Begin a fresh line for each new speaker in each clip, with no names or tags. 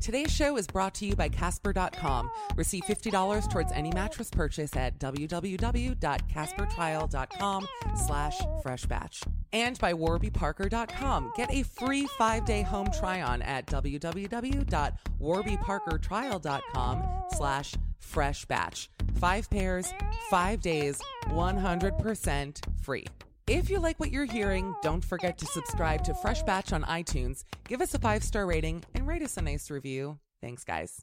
Today's show is brought to you by Casper.com. Receive $50 towards any mattress purchase at www.caspertrial.com slash freshbatch. And by warbyparker.com. Get a free five-day home try-on at www.warbyparkertrial.com slash freshbatch. Five pairs, five days, 100% free. If you like what you're hearing, don't forget to subscribe to Fresh Batch on iTunes, give us a five star rating, and write us a nice review. Thanks, guys.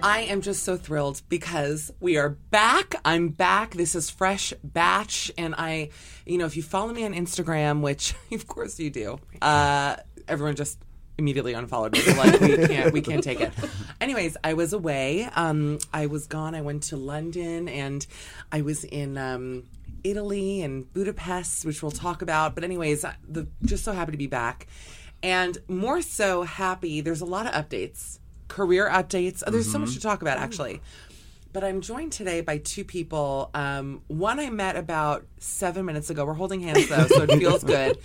I am just so thrilled because we are back. I'm back. This is Fresh Batch. And I, you know, if you follow me on Instagram, which of course you do, uh, everyone just immediately unfollowed me. They're Like we can't, we can't take it. Anyways, I was away. Um, I was gone. I went to London and I was in um, Italy and Budapest, which we'll talk about. But anyways, I- the, just so happy to be back, and more so happy. There's a lot of updates, career updates. Oh, there's so
Mm-hmm.
much to talk about actually. But I'm joined today by two people. Um, one I met about seven minutes ago. We're holding hands though, so it feels good.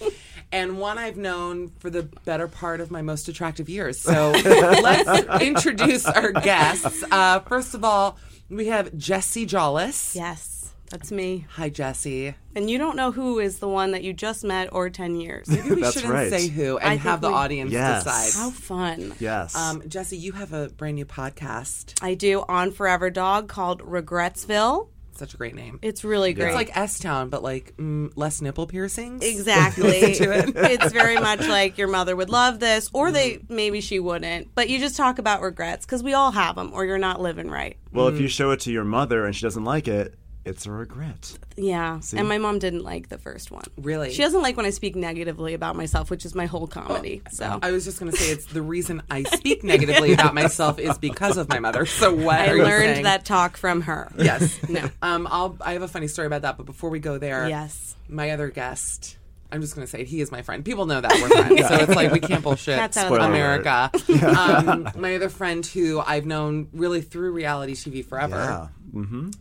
And one I've known for the better part of my most attractive years. So let's introduce our guests. Uh, first of all, we have Jesse Jollis.
Yes, that's me.
Hi, Jesse.
And you don't know who is the one that you just met or 10 years.
Maybe we
That's
shouldn't
right.
say who
I
and
think
have the
we-
audience
Yes.
How
decide.
fun.
Yes.
Um, Jesse, you have a brand new podcast.
I do On Forever Dog called Regretsville.
Such a great name.
It's really great.
It's like S Town, but like mm, less nipple piercings.
Exactly. it's very much like your mother would love this, or they maybe she wouldn't. But you just talk about regrets because we all have them, or you're not living right.
well,
Mm.
if you show it to your mother and she doesn't like it, it's a regret.
Yeah. And my mom didn't like the first one.
Really?
She doesn't like when I speak negatively about myself, which is my whole comedy. so
Oh, I was just going to say it's the reason I speak negatively about myself is because of my mother. So what
I
are you
learned
saying?
that talk from her.
Yes. no. Um. I'll. I have a funny story about that, but before we go there,
Yes.
My other guest. I'm just going to say it, he is my friend. People know that we're friends, so it's like we can't bullshit
That's out of the-
America. um, my other friend, who I've known really through reality TV forever,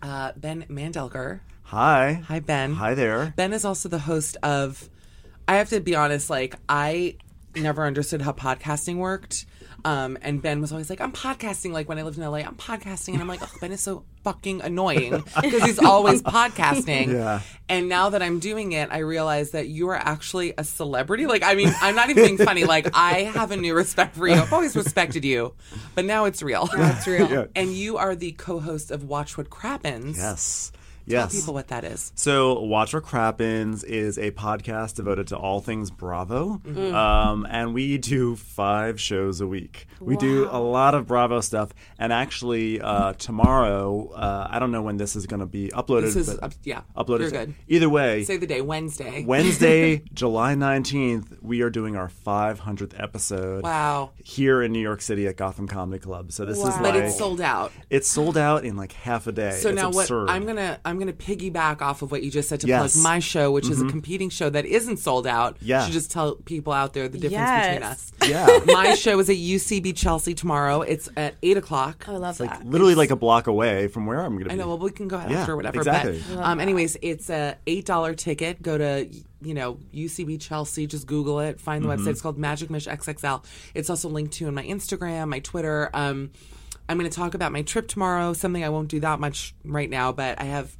uh, Ben Mandelker.
Hi.
Hi, Ben.
Hi there.
Ben is also the host of. I have to be honest, like I never understood how podcasting worked. Um, and Ben was always like, "I'm podcasting." Like when I lived in LA, I'm podcasting, and I'm like, "Oh, Ben is so fucking annoying because he's always podcasting."
Yeah.
And now that I'm doing it, I realize that you are actually a celebrity. Like, I mean, I'm not even being funny. Like, I have a new respect for you. I've always respected you, but now it's real. it's real.
Yeah.
And you are the co-host of Watch What Crappens.
Yes.
Tell
Yes.
people what that is.
So, Watch What Crappens is a podcast devoted to all things Bravo.
Mm-hmm.
Um, and we do five shows a week. We do a lot of Bravo stuff. And actually, uh, tomorrow, uh, I don't know when this is going to be uploaded.
This is
but
up- yeah,
Uploaded.
you're good.
Either way,
Say the day, Wednesday.
Wednesday, July 19th, we are doing our 500th episode.
Wow.
Here in New York City at Gotham Comedy Club. So, this is like.
But it's sold out.
It's sold out in like half a day.
So
It's
now
absurd.
what I'm gonna I'm gonna piggyback off of what you just said to
Yes. Mm-hmm.
plug my show, which is a competing show that isn't sold out.
Yeah.
Should just tell people out there the difference between
Yes.
us.
Yeah.
my show is at UCB Chelsea tomorrow. It's at eight o'clock.
I love that.
literally like a block away from where I'm going to be.
I know. Well, we can go out
Yeah,
after or whatever.
exactly.
But um, anyways, it's a eight dollar ticket. Go to you know UCB Chelsea. Just Google it. Find the
Mm-hmm.
website. It's called Magic Mish XXL. It's also linked to in my Instagram, my Twitter. Um, I'm going to talk about my trip tomorrow. Something I won't do that much right now, but I have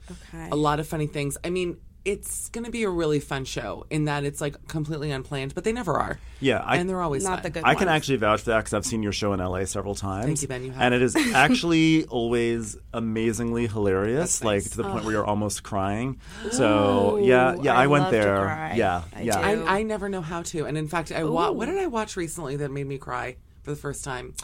a lot of funny things. I mean. It's going to be a really fun show in that it's like completely unplanned, but they never are.
Yeah, I-
and they're always
Not
fun.
the good
I can
ones.
actually vouch for that because I've seen your show in LA several times.
Thank you, Ben, you have.
And it is actually always amazingly hilarious, like to the point where you're almost crying. So yeah, yeah, I,
I
went
love to
there.
cry.
Yeah,
I
yeah.
do.
I, I never know how to. And in fact, I wa- what did I watch recently that made me cry for the first time?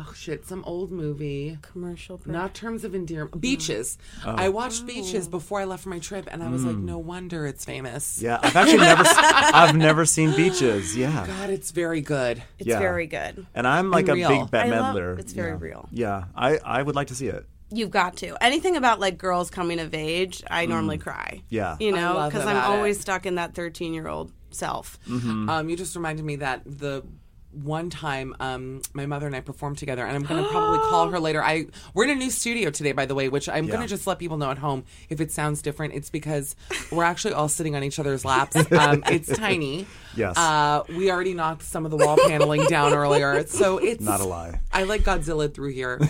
Oh shit, some old movie.
Commercial break.
Not terms of endearment. Beaches. I watched Beaches before I left for my trip, and I was like, no wonder it's famous.
yeah, I've actually never, s- I've never seen beaches. Yeah,
God, it's very good.
It's
yeah.
very good.
and I'm like
And
a
real.
big Ben
I love-
Medler.
it's very
yeah.
real.
Yeah, I, I would like to see it.
You've got to. Anything about like girls coming of age, I normally cry.
Mm. Yeah.
You
I
know,
love
because I'm
about it.
always stuck in that 13 year old self.
Mm-hmm.
Um, you just reminded me that the one time um, my mother and I performed together, and I'm going to probably call her later. I we're in a new studio today, by the way, which I'm going to
Yeah.
just let people know at home if it sounds different. It's because we're actually all sitting on each other's laps. Um, it's tiny.
Yes.
Uh, we already knocked some of the wall paneling down earlier, so it's
Not a lie.
I like Godzilla through here,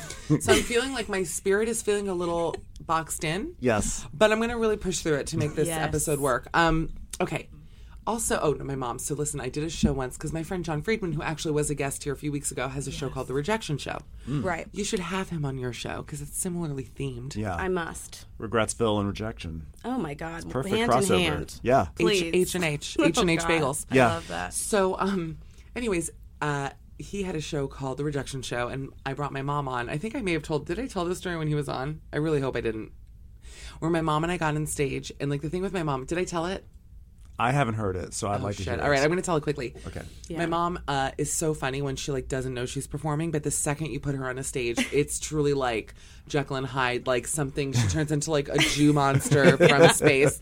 so I'm feeling like my spirit is feeling a little boxed in.
Yes.
But I'm going to really push through it to make this
Yes.
episode work. Um, okay. Also, oh, no, my mom. So listen, I did a show once because my friend John Friedman, who actually was a guest here a few weeks ago, has a show called The Rejection Show.
Right.
You should have him on your show because it's similarly themed.
Yeah.
I must.
Regretsville and rejection.
Oh my God.
Perfect
hand
crossover.
in hand.
Yeah.
Please.
H and H,
Oh,
H and H bagels.
I
Yeah.
love that.
So, um, anyways, uh, he had a show called The Rejection Show, and I brought my mom on. I think I may have told. Did I tell this story when he was on? I really hope I didn't. Where my mom and I got on stage, and like the thing with my mom, did I tell it?
I haven't heard it, so I'd like to hear
Oh, Shit.
it.
All right, I'm going to tell it quickly.
Okay.
My mom uh, is so funny when she like doesn't know she's performing, but the second you put her on a stage, it's truly like Jekyll and Hyde, like something. She turns into like a Jew monster from space.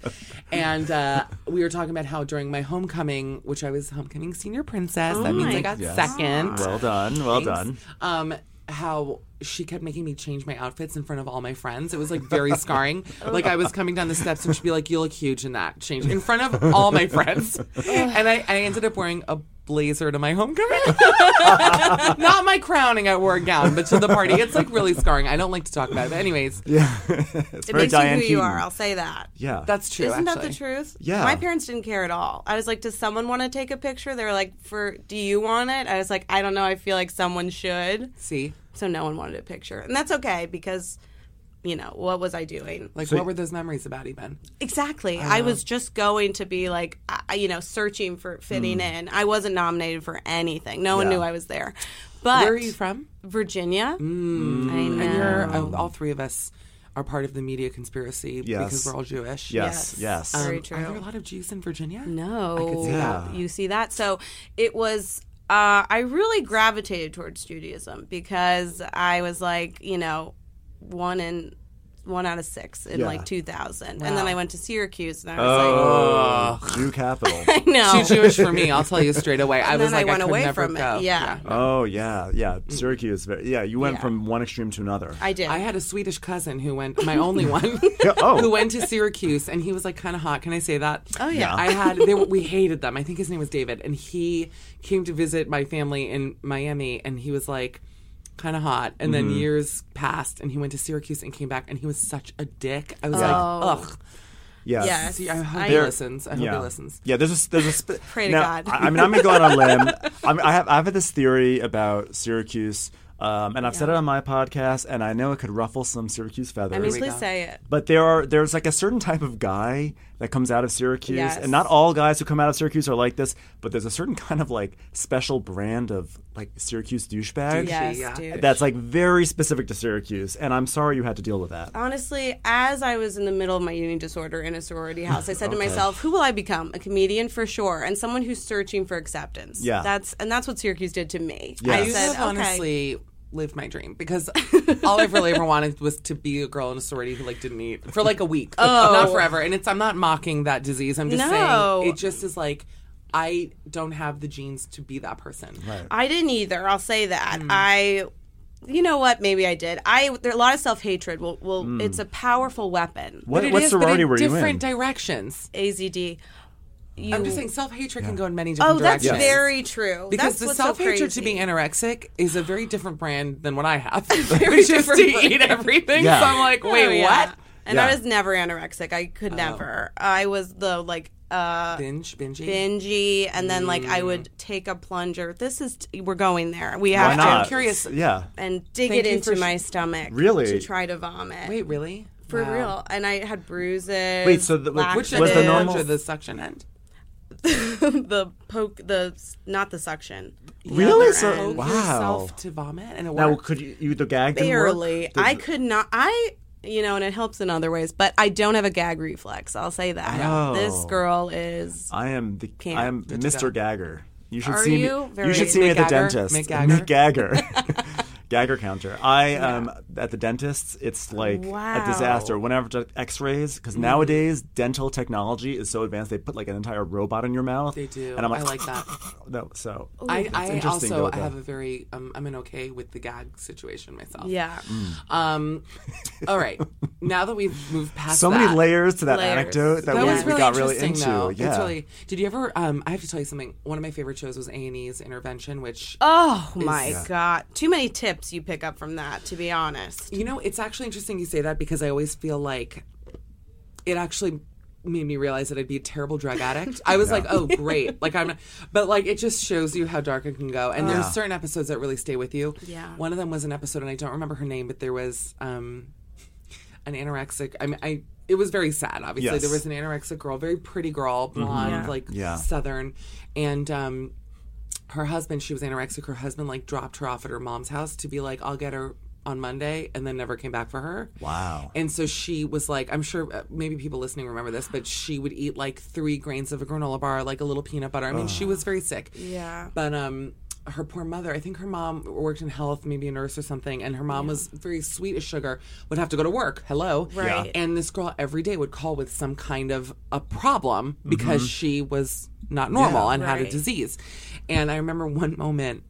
And uh, we were talking about how during my homecoming, which I was homecoming senior princess, that means I got second.
Well done. Well done.
Um, how she kept making me change my outfits in front of all my friends. It was like very scarring. like I was coming down the steps and she'd be like, "You look huge in that change in front of all my friends," and I, I ended up wearing a blazer to my homecoming. Not my crowning, I wore a gown, but to the party, it's like really scarring. I don't like to talk about it, but anyways,
It's
It
very
makes
Diane
you who
Keaton.
you are. I'll say that.
Yeah.
that's true.
Isn't
actually.
that the truth?
Yeah.
My parents didn't care at all. I was like, does someone want to take a picture? They were like, for do you want it? I was like, I don't know. I feel like someone should.
See,
So no one wanted a picture, and that's okay because, you know, what was I doing?
like, what were those memories about, even?
Exactly. I was just going to be like, I- you know, searching for
Hmm.
fitting in. I wasn't nominated for anything. No one
Yeah.
knew I was there. But
Where are you from? Hmm.
Virginia. Mm. I know.
And you're uh,
Um,
all three of us are part of the media conspiracy
Yes.
because we're all Jewish.
Yes. Yes.
Yes. Um, Very true.
Are there a lot of Jews in Virginia?
No,
I could see
Yeah.
that.
you see that. So it was. Uh, I really gravitated towards Judaism because I was like, you know, one in one out of six in
Yeah.
like 2000, and then I went to Syracuse, and I was
Oh, Jew capital.
like, no.
Too Jewish for me, I'll tell you straight away. I
And
was
then I
like, I,
went
could
away
never
from it.
go.
Yeah.
oh yeah, yeah. Syracuse. very- Yeah, you went from one extreme to another.
I did.
I had a Swedish cousin who went, my only one,
oh.
who went to Syracuse, and he was like kind of hot. Can I say that?
Oh, yeah. Yeah.
I had they were, we hated them. I think his name was David, and he came to visit my family in Miami, and he was like kind of hot. And then
Mm-hmm.
years passed, and he went to Syracuse and came back, and he was such a dick. I was
Oh.
like, ugh.
yeah.
Yes.
See, I hope
I-
he
There-
listens. I hope
Yeah.
he listens.
Yeah, there's a s- there's a sp-
Pray to
now,
God.
I, I mean, I'm gonna go on a limb. I'm, I have I have this theory about Syracuse, um, and I've said it on my podcast, and I know it could ruffle some Syracuse feathers.
I'm usually say it.
But there are there's like a certain type of guy that comes out of Syracuse,
Yes.
and not all guys who come out of Syracuse are like this. But there's a certain kind of like special brand of like Syracuse douchebag
Yes,
yeah.
dude.
that's like very specific to Syracuse, and I'm sorry you had to deal with that.
Honestly, as I was in the middle of my eating disorder in a sorority house, I said to myself, "Who will I become? A comedian for sure, and someone who's searching for acceptance."
Yeah.
that's and that's what Syracuse did to me.
Yeah.
I
You have
said, "Okay."
honestly lived my dream because all I've really ever wanted was to be a girl in a sorority who like didn't eat for like a week, oh. not forever. And it's I'm not mocking that disease. I'm just
No.
saying it just is like I don't have the genes to be that person. Right.
I didn't either. I'll say that.
Hmm.
I, you know what? Maybe I did. I there a lot of self hatred. Will will it's a powerful weapon.
Hmm. What, what sorority were you in?
Different directions.
AZD. You,
I'm just saying self hatred can go in many
oh,
different
that's
directions.
very true.
Because
that's
the
what's so
self hatred
crazy.
to being anorexic is a very different brand than what I have. It's just to eat everything.
Yeah.
So I'm like,
Oh,
wait,
yeah.
what? Oh.
And I
Yeah.
was never anorexic. I could never. I was the like uh
Binge, binge. eat.
bingy, and then like I would take a plunger. This is we're going there. We have
Mm. Why
to
not?
I'm curious.
Yeah.
and dig
Thank
it
you for
into
sh-
my stomach.
Really?
to try to vomit.
Wait, really?
for real. And I had bruises.
Wait, so the- like,
Which
which
end
Was
was
the
the
laxatives,
normal-
normal? The suction end.
the poke the not the suction. The
Really?
other
So-
end.
Wow.
Yourself to vomit and it
Now,
worked.
could you, you the gag didn't work?
barely.
Did-
I could not. I, you know, and it helps in other ways, but I don't have a gag reflex. I'll say that.
Oh.
This girl is.
I am the I am Mr. Gagger. You should
Are
see
you?
me.
Very-
you should see me
Mick
at the
Gagger?
dentist.
Mick Gagger?
Gagger. Gagger counter. I um at the dentist's. It's like a disaster. Whenever to X-rays, because
Mm-hmm.
nowadays dental technology is so advanced, they put like an entire robot in your mouth. They
do.
And I'm like,
I like that. Oh,
No, so
I,
it's
I
interesting,
also
though,
I have
though.
a very um, I'm an okay with the gag situation myself.
Yeah.
Um. all right. Now that we've moved past
so many
that-
layers to that
Layers.
anecdote that,
That
we,
was
we
really
got really into.
interesting, though.
Yeah.
It's really. Did you ever? Um, I have to tell you something. One of my favorite shows was A and E's Intervention, which
Oh my god! Too many tips you pick up from that. To be honest.
You know, it's actually interesting you say that because I always feel like it actually made me realize that I'd be a terrible drug addict. I was like, oh, great. Like, I'm, not, but like, it just shows you how dark it can go. And there's certain episodes that really stay with you.
Yeah.
One of them was an episode, and I don't remember her name, but there was, um, an anorexic. I mean, I it was very sad. Obviously,
Yes. Mm-hmm.
there was an anorexic girl, very pretty girl, blonde, like
Yeah.
southern, and um, her husband. She was anorexic. Her husband like dropped her off at her mom's house to be like, "I'll get her." On Monday, and then never came back for her.
Wow.
And so she was like, I'm sure uh, maybe people listening remember this, but she would eat like three grains of a granola bar, like a little peanut butter. I mean, she was very sick.
Yeah.
But um, her poor mother, I think her mom worked in health, maybe a nurse or something, and her mom was very sweet as sugar, would have to go to work. Hello.
Right. Yeah.
And this girl every day would call with some kind of a problem because she was not normal and had a
Right.
disease. And I remember one moment,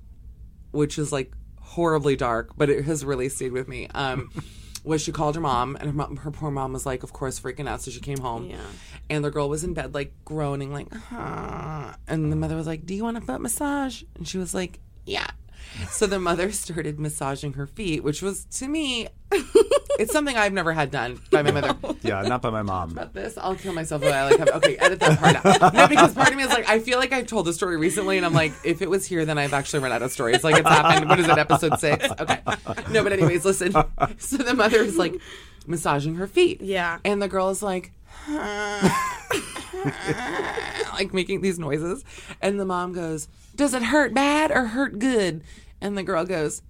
which is like horribly dark, but it has really stayed with me. Um, was she called her mom, and her, mom, her poor mom was like, of course, freaking out. So she came home, and the girl was in bed, like groaning, like, "Ah." and the mother was like, "Do you want a foot massage?" And she was like, "Yeah." So the mother started massaging her feet, which was to me, it's something I've never had done by my mother
yeah, not by my mom.
about this, I'll kill myself. If I like have okay, edit that part out. No, because part of me is like, I feel like I've told the story recently, and I'm like, if it was here, then I've actually run out of stories. Like it's happened. What is it? Episode six. Okay. No, but anyways, listen. So the mother is like massaging her feet.
Yeah.
And the girl is like. like making these noises and the mom goes does it hurt bad or hurt good and the girl goes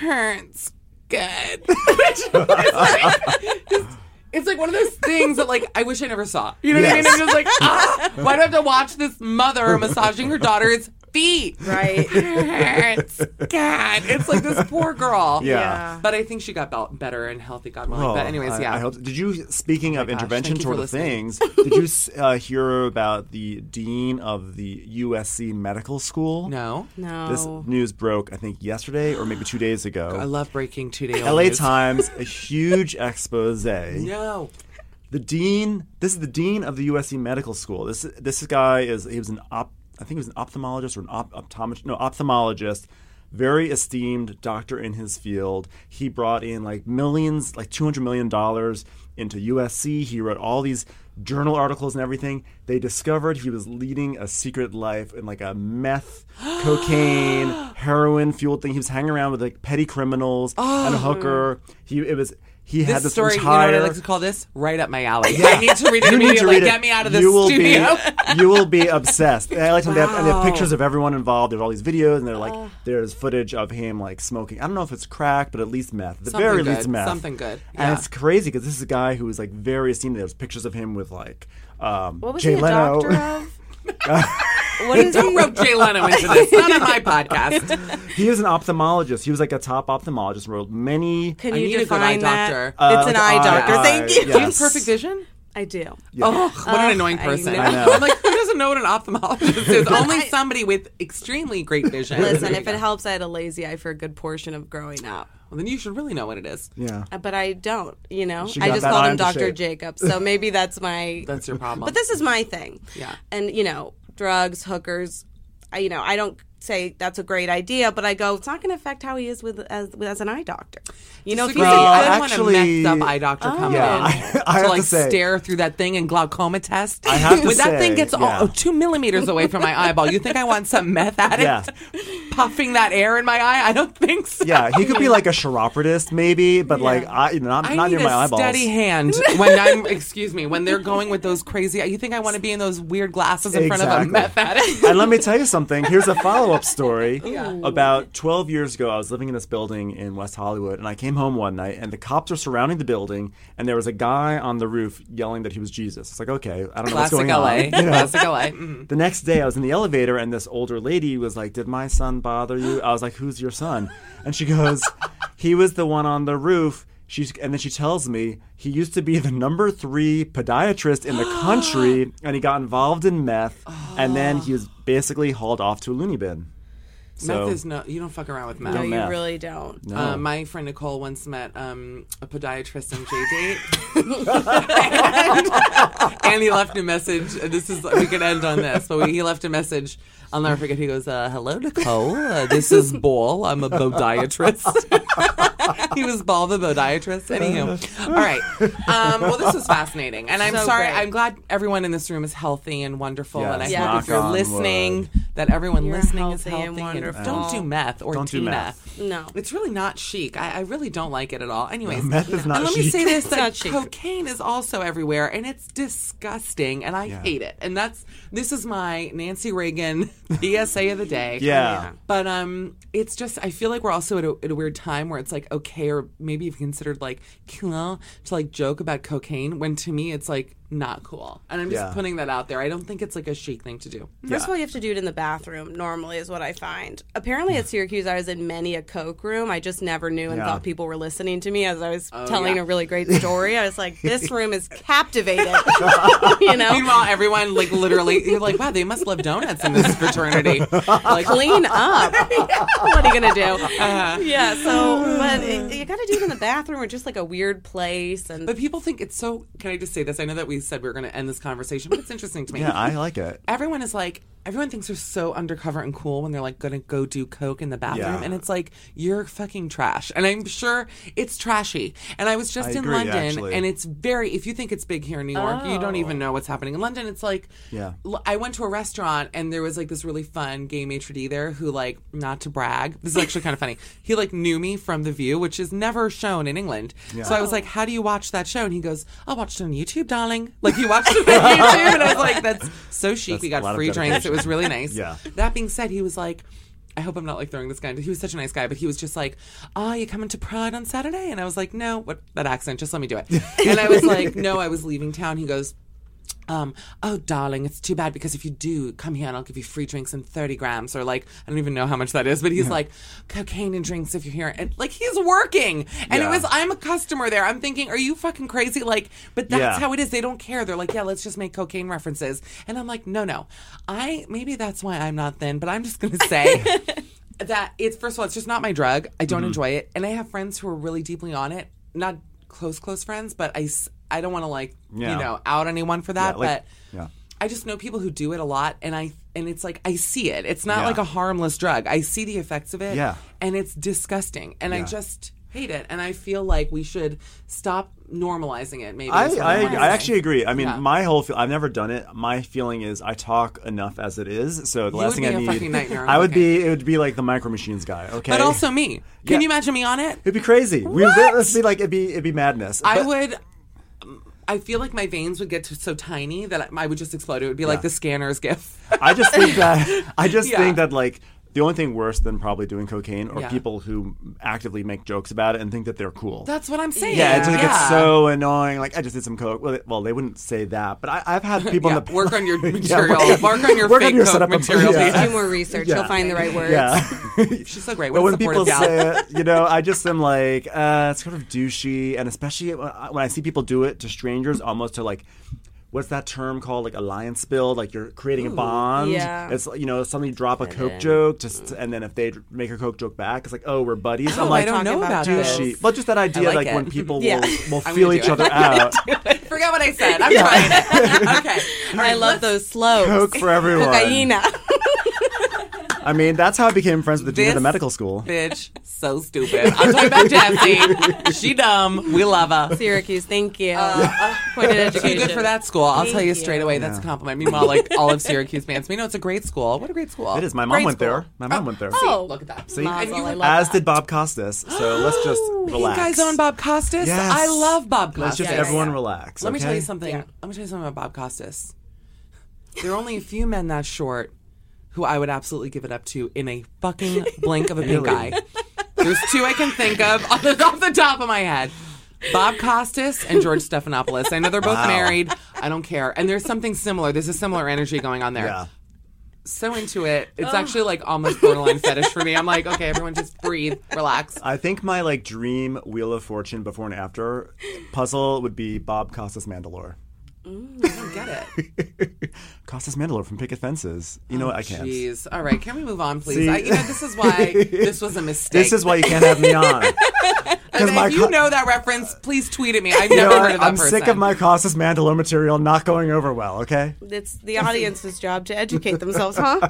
hurts good It's like one of those things that like I wish I never saw. You know what I mean? I'm just like, ah, why do I have to watch this mother massaging her daughter's feet.
Right.
Hurts. God, it's like this poor girl.
Yeah.
But I think she got bel- better and healthy, God willing.
Oh,
but anyways,
I-
yeah. Oh
I hope. Did you? Speaking of
gosh,
intervention
thank you for
sort of
listening.
things, did you s- uh, hear about the dean of the USC Medical School?
no.
No.
This news broke, I think, yesterday or maybe two days ago.
I love breaking two day old
LA
news.
Times, a huge expose.
No.
The dean, this is the dean of the USC Medical School. This this guy is he was an op, I think he was an ophthalmologist or an op, optometrist, no ophthalmologist, very esteemed doctor in his field. He brought in like millions, like two hundred million dollars into USC. He wrote all these journal articles and everything. They discovered he was leading a secret life in like a meth, cocaine, heroin fueled thing. He was hanging around with like petty criminals and a hooker. He it was. He had
Oh. This
this
story, you
entire
know what I like to call this? Right up my alley. I need to read it
you need to
immediately.
read it.
Get me out of this
you will
studio.
Be, you will be obsessed. And I like them. They, have, and they have pictures of everyone involved. There's all these videos, and they're like,
Uh.
there's footage of him like smoking. I don't know if it's crack, but at least meth. At the
Something
very
good.
least meth.
Something good.
And
Yeah.
it's crazy because this is a guy who is like very esteemed. There's pictures of him with like um,
what was
Jay
he a
Leno.
doctor of? what is
Don't
he?
rope Jay Leno into this. Not on my podcast.
he was an ophthalmologist. He was like a top ophthalmologist. Wrote many.
Can
I
you
need a good
define
eye
that?
doctor.
Uh,
it's an
like
eye
eye-
doctor.
eye,
Thank you.
Do you have
Yes.
perfect vision?
I do.
Oh, what an
Ugh,
annoying
I
person.
know.
I know.
am like, who doesn't know what an ophthalmologist is? Only
I-
somebody with extremely great vision. There
Listen,
you
if
go.
it helps, I had a lazy eye for a good portion of growing up.
Well, then you should really know what it is.
Yeah.
Uh, But I don't, you know.
She
I
got
just
that
called
eye
him
into
Dr.
shape.
Jacob. So maybe that's my
That's your problem.
But this is my thing.
Yeah.
And you know, drugs, hookers. I, you know, I don't say that's a great idea, but I go, it's not going to affect how he is with as with- as an eye doctor. You know, if he's
Disagree.
Well,
I don't
a good,
want a
actually-
messed up eye doctor come
Yeah,
in
I- I
to
have
like
to say-
stare through that thing and glaucoma test. I
have to
when that thing
say,
gets
yeah.
all, oh, two millimeters away from my eyeball, you think I want some meth addict
Yeah.
puffing that air in my eye? I don't think so.
Yeah, he could be like a chiropodist, maybe, but like I, you know, not,
I
not
need
near my
a
eyeballs.
steady hand when I'm. Excuse me, when they're going with those crazy. You think I want to be in those weird glasses in front of a
Exactly.
meth addict?
and let me tell you something. Here's a follow up story. About 12 years ago, I was living in this building in West Hollywood, and I came home one night, and the cops were surrounding the building, and there was a guy on the roof yelling that he was Jesus. It's like, okay, I don't know what's
Classic
going
LA.
on. You know?
Classic LA. Mm.
The next day, I was in the elevator, and this older lady was like, Did my son bother you? I was like, Who's your son? And she goes, He was the one on the roof. She's, and then she tells me he used to be the number three podiatrist in the country, and he got involved in meth, and then he was basically hauled off to a loony bin. So
Oh. meth is no. You don't fuck around with meth.
no, you
meth.
really don't.
Uh, my friend Nicole once met um, a podiatrist in JD, and, and he left a message. This is we could end on this, but we, he left a message. I'll never forget. He goes, uh, "Hello, Nicole. Uh, this is Ball. I'm a podiatrist." he was Ball the podiatrist. Anywho, all right. Um, well, this was fascinating, and I'm
So
sorry.
great.
I'm glad everyone in this room is healthy and wonderful, and I
Yes,
hope
knock
if you're
on
listening,
wood.
that everyone
You're
listening is
healthy and
healthy.
wonderful.
don't do meth or
Don't do
Tina.
meth.
No.
It's really not chic. I, I really don't like it at all. Anyways,
meth is not
and let me
chic.
say this:
It's
that
not chic.
cocaine is also everywhere, and it's disgusting, and I hate it. And that's this is my Nancy Reagan PSA of the day.
Yeah.
But um, it's just I feel like we're also at a, at a weird time where it's like okay, or maybe you've considered like cool to like joke about cocaine when to me it's like not cool, and I'm just
Yeah.
putting that out there. I don't think it's like a chic thing to do.
First of all, you have to do it in the bathroom. Normally, is what I find. Apparently, at Syracuse, I was in many a coke room. I just never knew and
Yeah.
thought people were listening to me as I was telling a really great story. I was like, "This room is captivated," you know.
Meanwhile, everyone like literally, you're like, wow, they must love donuts in this fraternity. Like,
clean up. what are you gonna do? Yeah. So, but it, you got to do it in the bathroom or just like a weird place. And
but people think it's so. Can I just say this? I know that we said we were going to end this conversation, but it's interesting to me.
yeah, I like it.
everyone is like. Everyone thinks they're so undercover and cool when they're like gonna go do coke in the bathroom,
Yeah.
and it's like you're fucking trash. And I'm sure it's trashy. And I was just
I
in
agree,
London,
actually. Oh.
and it's very. If you think it's big here in New York, you don't even know what's happening in London. It's like,
Yeah.
l- I went to a restaurant and there was like this really fun gay maitre d' there who like not to brag. This is actually kind of funny. He like knew me from The View, which is never shown in England. So I was like, "How do you watch that show?" And he goes, "I watched it on YouTube, darling." Like he watched it on YouTube, and I was like, "That's so chic." we
a lot
got
of
free drinks. It
dedication.
was really nice.
Yeah.
That being said, he was like. I hope I'm not like throwing this guy. Into, he was such a nice guy, but he was just like, "Ah, you coming to Pride on Saturday?" And I was like, "No, what that accent? Just let me do it." and I was like, "No, I was leaving town." He goes, um, oh, darling, it's too bad because if you do come here and I'll give you free drinks and 30 grams or like, I don't even know how much that is, but he's like, cocaine and drinks if you're here. And like, he's working. And it
Yeah.
was, I'm a customer there. I'm thinking, are you fucking crazy? Like, but that's
Yeah.
how it is. They don't care. They're like, yeah, let's just make cocaine references. And I'm like, no, no. I, maybe that's why I'm not thin, but I'm just going to say. That it's first of all, it's just not my drug. I
Mm-hmm.
don't enjoy it, and I have friends who are really deeply on it. Not close, close friends, but I, s- I don't want to like
Yeah.
you know out anyone for that,
Yeah, like-
but
yeah.
I just know people who do it a lot, and I and it's like I see it. It's not
Yeah.
like a harmless drug. I see the effects of it,
Yeah.
and it's disgusting, and I just hate it, and I feel like we should stop normalizing it. Maybe
I,
is what
I,
I'm
I
saying.
actually agree. I mean,
Yeah.
my whole feel, I've never done it. My feeling is I talk enough as it is. So the last
would
thing
be
I
a
need,
fucking nightmare on
I would
cocaine.
be it would be like the micro machines guy. Okay,
but also me. Can
Yeah.
you imagine me on it?
it'd be crazy. We
What?
would be like it'd be it'd be madness.
I
But-
would. I feel like my veins would get to so tiny that I would just explode. It would be like the scanner's gif.
I just think that I just
Yeah.
think that like the only thing worse than probably doing cocaine are
Yeah.
people who actively make jokes about it and think that they're cool.
That's what I'm saying.
yeah, it's like
Yeah.
it's so annoying. Like I just did some coke. Well, they, well, they wouldn't say that, but I, I've had people
Yeah,
in the
work on your
Yeah,
material. Work on your
work
fake
on your
coke
setup of-
material,
yeah.
please.
Do more research. You'll find the right words.
Yeah.
She's so great. What
But
a
when
supportive
people
gal.
say it, you know, I just am like, uh, it's kind of douchey, and especially when I when I see people do it to strangers, almost to like, what's that term called, like alliance build? Like you're creating a bond.
yeah.
It's you know, suddenly drop a coke joke, just and then if they dr- make a coke joke back, it's like, oh, we're buddies.
Oh,
I'm like,
I don't know about
about
this.
douchey. But just that idea,
like
like,
it.
when people
Yeah.
will, will
gonna
feel
do
each
it.
other out.
I forgot what I said. I'm trying it. Okay. All
I
right,
love
let's-
those slopes.
Coke for everyone.
Cocaina.
I mean, that's how I became friends with the dean of the
This
medical school.
Bitch, so stupid. I'm talking about Jessie. She dumb. We love her.
Syracuse. Thank you. Pointed
Too
education.
Uh, good for that school. I'll tell you
Thank
straight away. That's a compliment. Meanwhile, like all of Syracuse fans, we know it's a great school. What a great school.
It is. My mom
Great
went
school.
there. My mom went there.
Oh,
Look at that.
See?
And you
Mazel, I love
As
that.
did Bob Costas. So let's just relax.
You guys own Bob Costas?
Yes.
I love Bob Costas.
Let's just everyone relax.
Let me tell
okay?
you something. Let me tell you something about Bob Costas. There are only a few men that short who I would absolutely give it up to in a fucking blink of a pink
Really?
eye. There's two I can think of off the, off the top of my head. Bob Costas and George Stephanopoulos. I know they're both married. I don't care. And there's something similar. There's a similar energy going on there.
Yeah.
So into it. It's actually like almost borderline fetish for me. I'm like, okay, everyone just breathe, relax.
I think my like dream Wheel of Fortune before and after puzzle would be Bob Costas Mandalore.
I get it.
Costas Mandalore from Picket Fences. You know what? I can't.
Oh, Jeez. All right. Can we move on, please?
See-
I, you know, this is why this was a mistake.
This is why you can't have me on. Because
And if you know that reference, please tweet at me. I've
you
never
know what?
heard of that
I'm
person.
sick of my Costas Mandalore material not going over well. Okay.
It's the audience's job to educate themselves, huh?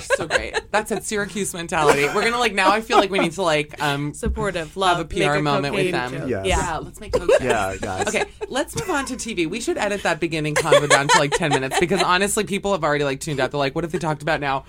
so great. That's a Syracuse mentality. We're gonna like now. I feel like we need to like um
Supportive. Love.
have a
make
PR moment with
cocaine
them.
joke.
Yes.
Yeah.
Yeah, let's make cocaine.
Yeah, guys.
Okay, let's move on to TV. We should edit that beginning convo down to like ten minutes because honestly, people have already like tuned out. They're like, "What have they talked about now?"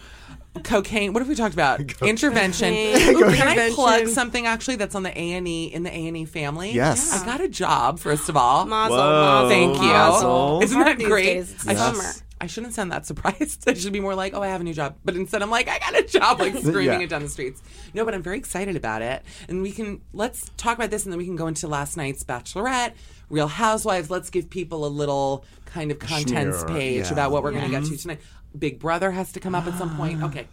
Cocaine. What have we talked about? Intervention. Ooh, can I
Intervention.
plug something actually that's on the A and E in the A and E family?
Yes.
I got a job first of all.
Mazel,
Whoa.
mazel,
Thank you.
mazel.
Isn't
Hard
that
these
great?
days. It's
I,
summer.
sh- I shouldn't sound that surprised. I should be more like, oh, I have a new job. But instead, I'm like, I got a job, like screaming
Yeah.
it down the streets. No, but I'm very excited about it. And we can, let's talk about this and then we can go into last night's Bachelorette, Real Housewives. Let's give people a little kind of contents
Schmear,
page
yeah.
about what we're going to get to tonight. Big Brother has to come up at some point. Okay.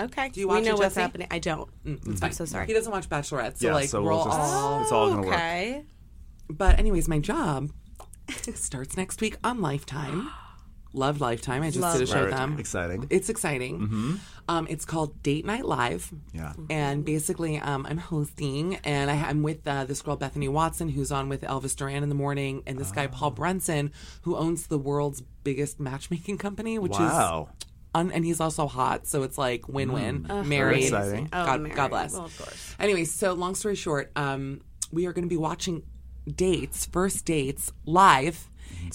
Okay.
you
we
watch
know
it,
what's
Jesse? Mm,
happening. I don't. I'm so sorry.
He doesn't watch Bachelorette. So,
yeah.
like,
so
we're all
we'll just, it's all gonna work.
Okay.
But anyways, my job starts next week on Lifetime. Love Lifetime. I just did a show with
Right,
them.
exciting. Mm-hmm.
It's exciting. Um, it's called Date Night Live.
Yeah.
And basically, um, I'm hosting, and I, I'm with uh, this girl Bethany Watson, who's on with Elvis Duran in the morning, and this guy Paul
Oh.
Brunson, who owns the world's biggest matchmaking company, which is
Wow.
un- and he's also hot, so it's like win-win. married,
Mm. exciting.
Oh,
God,
married.
God bless.
Well, of course.
Anyway, so long story short, um, we are going to be watching dates, first dates, live.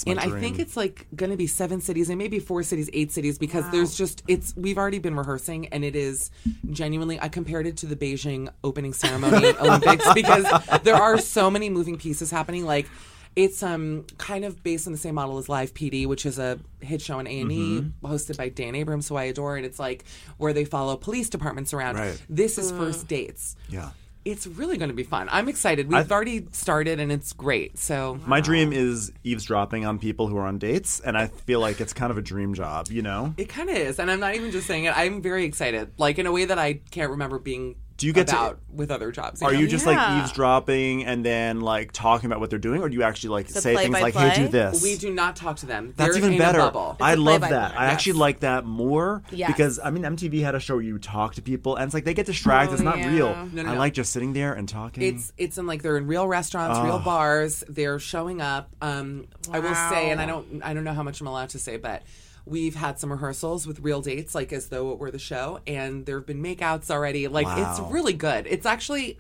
And I think it's like going to be seven cities and maybe four cities, eight cities, because there's just, it's, we've already been rehearsing and it is genuinely, I compared it to the Beijing opening ceremony Olympics because there are so many moving pieces happening. Like, it's um kind of based on the same model as Live PD, which is a hit show on A and E hosted by Dan Abrams, who I adore, and it's like where they follow police departments around.
Right.
This is first dates.
Yeah.
It's really going to be fun. I'm excited. We've already started and it's great. So
My dream is eavesdropping on people who are on dates, and I feel like it's kind of a dream job, you know?
it kind of is. And I'm not even just saying it. I'm very excited, like in a way that I can't remember being
Do you get to-
about with other jobs.
Are
know?
you just like eavesdropping and then like talking about what they're doing, or do you actually like say
play
things
by
like, "Hey,
play?
do this"?
We do not talk to them.
That's
They're
even
in
better.
A bubble.
I love
play-by-play.
that. I actually like that more
Yes.
because I mean MTV had a show where you talk to people and it's like they get distracted. it's not
yeah.
real.
Oh, No, no,
I
no.
like just sitting there and talking.
It's it's in like they're in real restaurants, real bars. They're showing up. Um, I will say, and I don't I don't know how much I'm allowed to say, but we've had some rehearsals with real dates, like as though it were the show, and there have been makeouts already. Like
Wow.
it's really good. It's actually.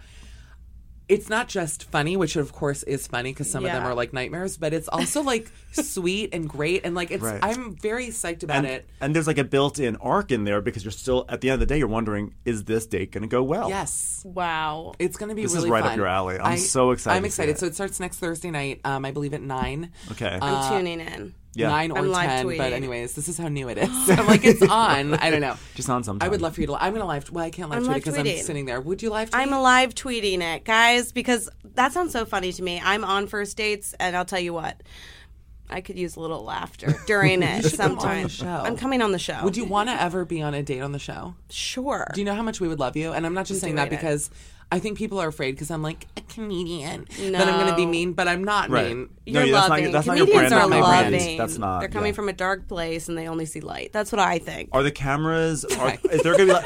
It's not just funny, which of course is funny because some of them
Yeah.
are like nightmares, but it's also like sweet and great and like it's.
Right.
I'm very psyched about
and,
it.
and there's like a built-in arc in there because you're still at the end of the day you're wondering is this date going to go well?
Yes,
Wow.
It's going to be
This is
really
right up
fun.
your alley. I'm so excited
I'm
to see
excited.
it.
So it starts next Thursday night. Um, I believe at nine.
Okay.
I'm tuning in.
Yeah.
Uh, Nine or
I'm live
ten, but
tweeting.
anyways, this is how new it is. I'm like, it's on. I don't know.
Just on sometime.
I would love for you to. I'm gonna live. Well, I can't live
I'm
tweet
live
because I'm
tweeting.
sitting there. Would you live tweet?
I'm alive tweeting it, guys, because that sounds so funny to me. I'm on first dates, and I'll tell you what, I could use a little laughter during it
come on the
sometimes.
show.
I'm coming on the show.
Would you want to ever be on a date on the show?
Sure.
Do you know how much we would love you? And I'm not just saying that
doing it.
because I think people are afraid because I'm like a comedian. That I'm gonna be
No.
mean, but I'm not
Right.
mean.
You're
no, that's
loving.
not that's not your
Comedians
brand.
That's
are
not my brand.
loving.
That's not.
They're coming
yeah.
from a dark place, and they only see light. That's what I think.
Are the cameras? Are, is there going to be like,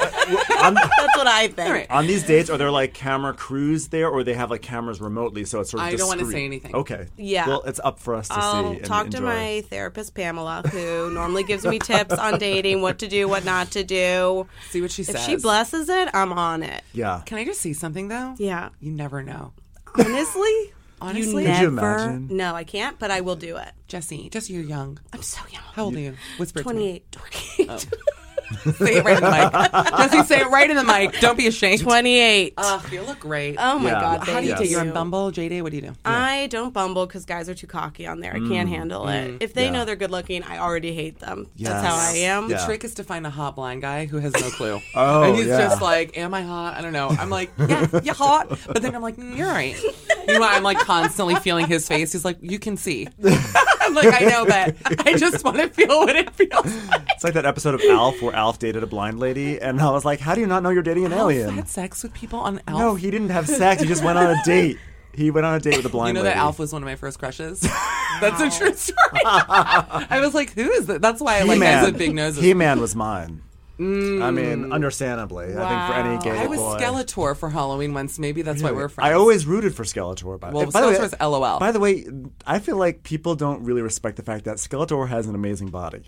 uh, on,
That's what I think.
on these dates? Are there like camera crews there, or they have like cameras remotely? So it's sort of.
I don't wanna
discreet?
say anything.
Okay.
Yeah.
Well, it's up for us to
I'll
see. and
talk to
enjoy.
my therapist Pamela, who normally gives me tips on dating, what to do, what not to do.
See what she
if
says.
she blesses it, I'm on it.
Yeah.
Can I just see something though?
Yeah.
You never know.
Honestly,
Honestly,
you
Could you
never-
imagine?
No, I can't, but I will do it.
Jesse, just you're young.
I'm so young.
How old are you? Whisper it to me.
28, 28, Oh.
Say it right in the mic. Jesse, say it right in the mic. Don't be ashamed.
28.
Ugh, you look great.
oh my
Yeah.
God.
How do you
thank
date? You're on Bumble, J Day. What do you do?
I don't bumble because guys are too cocky on there. I
Mm.
can't handle it.
Mm.
If they know they're good looking, I already hate them. That's how I
Yes.
am.
Yeah.
Trick is to find a hot blind guy who has no clue.
Oh,
and he's
yeah.
just like, "Am I hot? I don't know." I'm like, "Yeah, you're hot," but then I'm like, mm, "You're all right." Meanwhile, I'm like constantly feeling his face. He's like, "You can see." I'm like, "I know, but I just want to feel what it feels." like.
It's like that episode of Alf where Alf dated a blind lady, and I was like, "How do you not know you're dating an alien?"
Had sex with people on Alf.
No, he didn't have sex. He just went on a date. He went on a date with a
You
blind
know
lady.
that Alf was one of my first crushes. That's a true story. I was like, "Who is that?" That's why I like guys with big noses.
He Man was mine. I mean,
Mm.
understandably, I think for any gay
I was
Oh, boy.
Skeletor for Halloween once. Maybe that's why we're friends.
I always rooted for Skeletor. By,
Well,
by the way,
Skeletor's LOL.
By the way, I feel like people don't really respect the fact that Skeletor has an amazing body.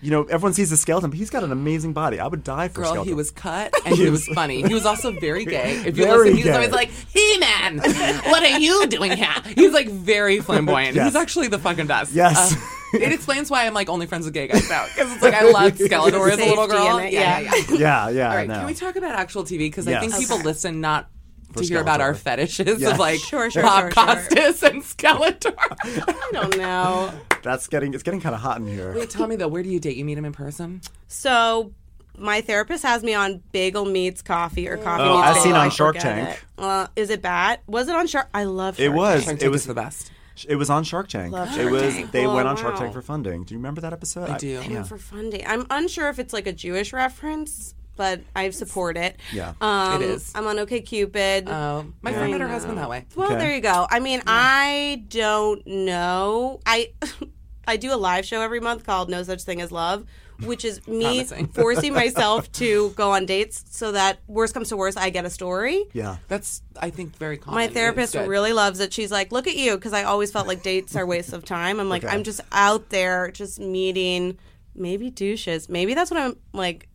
You know, everyone sees the skeleton, but he's got an amazing body. I would die for
girl.
Skeletor.
He was cut and he was funny. He was also very gay. If you
Very
listen, he's
gay.
always like, "He man, what are you doing here?" He's like very flamboyant.
Yes.
He's actually the fucking best.
Yes.
Uh, it explains why I'm like only friends with gay guys now because it's like I loved Skeletor as a little
Safety in
girl.
it,
yeah, yeah.
yeah.
yeah.
Yeah, yeah.
All right,
no.
can we talk about actual TV? Because I
Yes.
think
Okay.
people listen not.
For
to hear about
Skeletor.
our fetishes
Yeah.
of like
Sure, sure,
Bob
sure, sure.
Costas and Skeletor.
I don't know.
That's getting it's getting kind of hot in here.
Wait, tell me though, where do you date? You meet him in person?
So my therapist has me on Bagel Meets Coffee or Coffee
Oh,
Meets
I've
Bagel.
seen
I
on Shark
forget
Tank.
it. Uh, is it bad? Was it on Shark? I love Shark
It was.
Shark
it
Tank
was
is the best.
It was on Shark Tank.
Love
it
Shark
was.
Tank.
They
Oh,
went on Shark
wow.
Tank for funding. Do you remember that episode? I
do.
Tank for funding. I'm unsure if it's like a Jewish reference, but I support it.
Yeah.
um,
It is.
I'm on OK Cupid.
Um, my friend met her husband that way.
Well, there you go. I mean, I don't know. I I do a live show every month called No Such Thing as Love, which is me
Promising.
forcing myself to go on dates so that worst comes to worst, I get a story.
Yeah.
That's I think very common.
My
It's
therapist
good.
really loves it. She's like, "Look at you," because I always felt like dates are waste of time. I'm like, I'm just out there, just meeting, maybe douches. Maybe that's what I'm like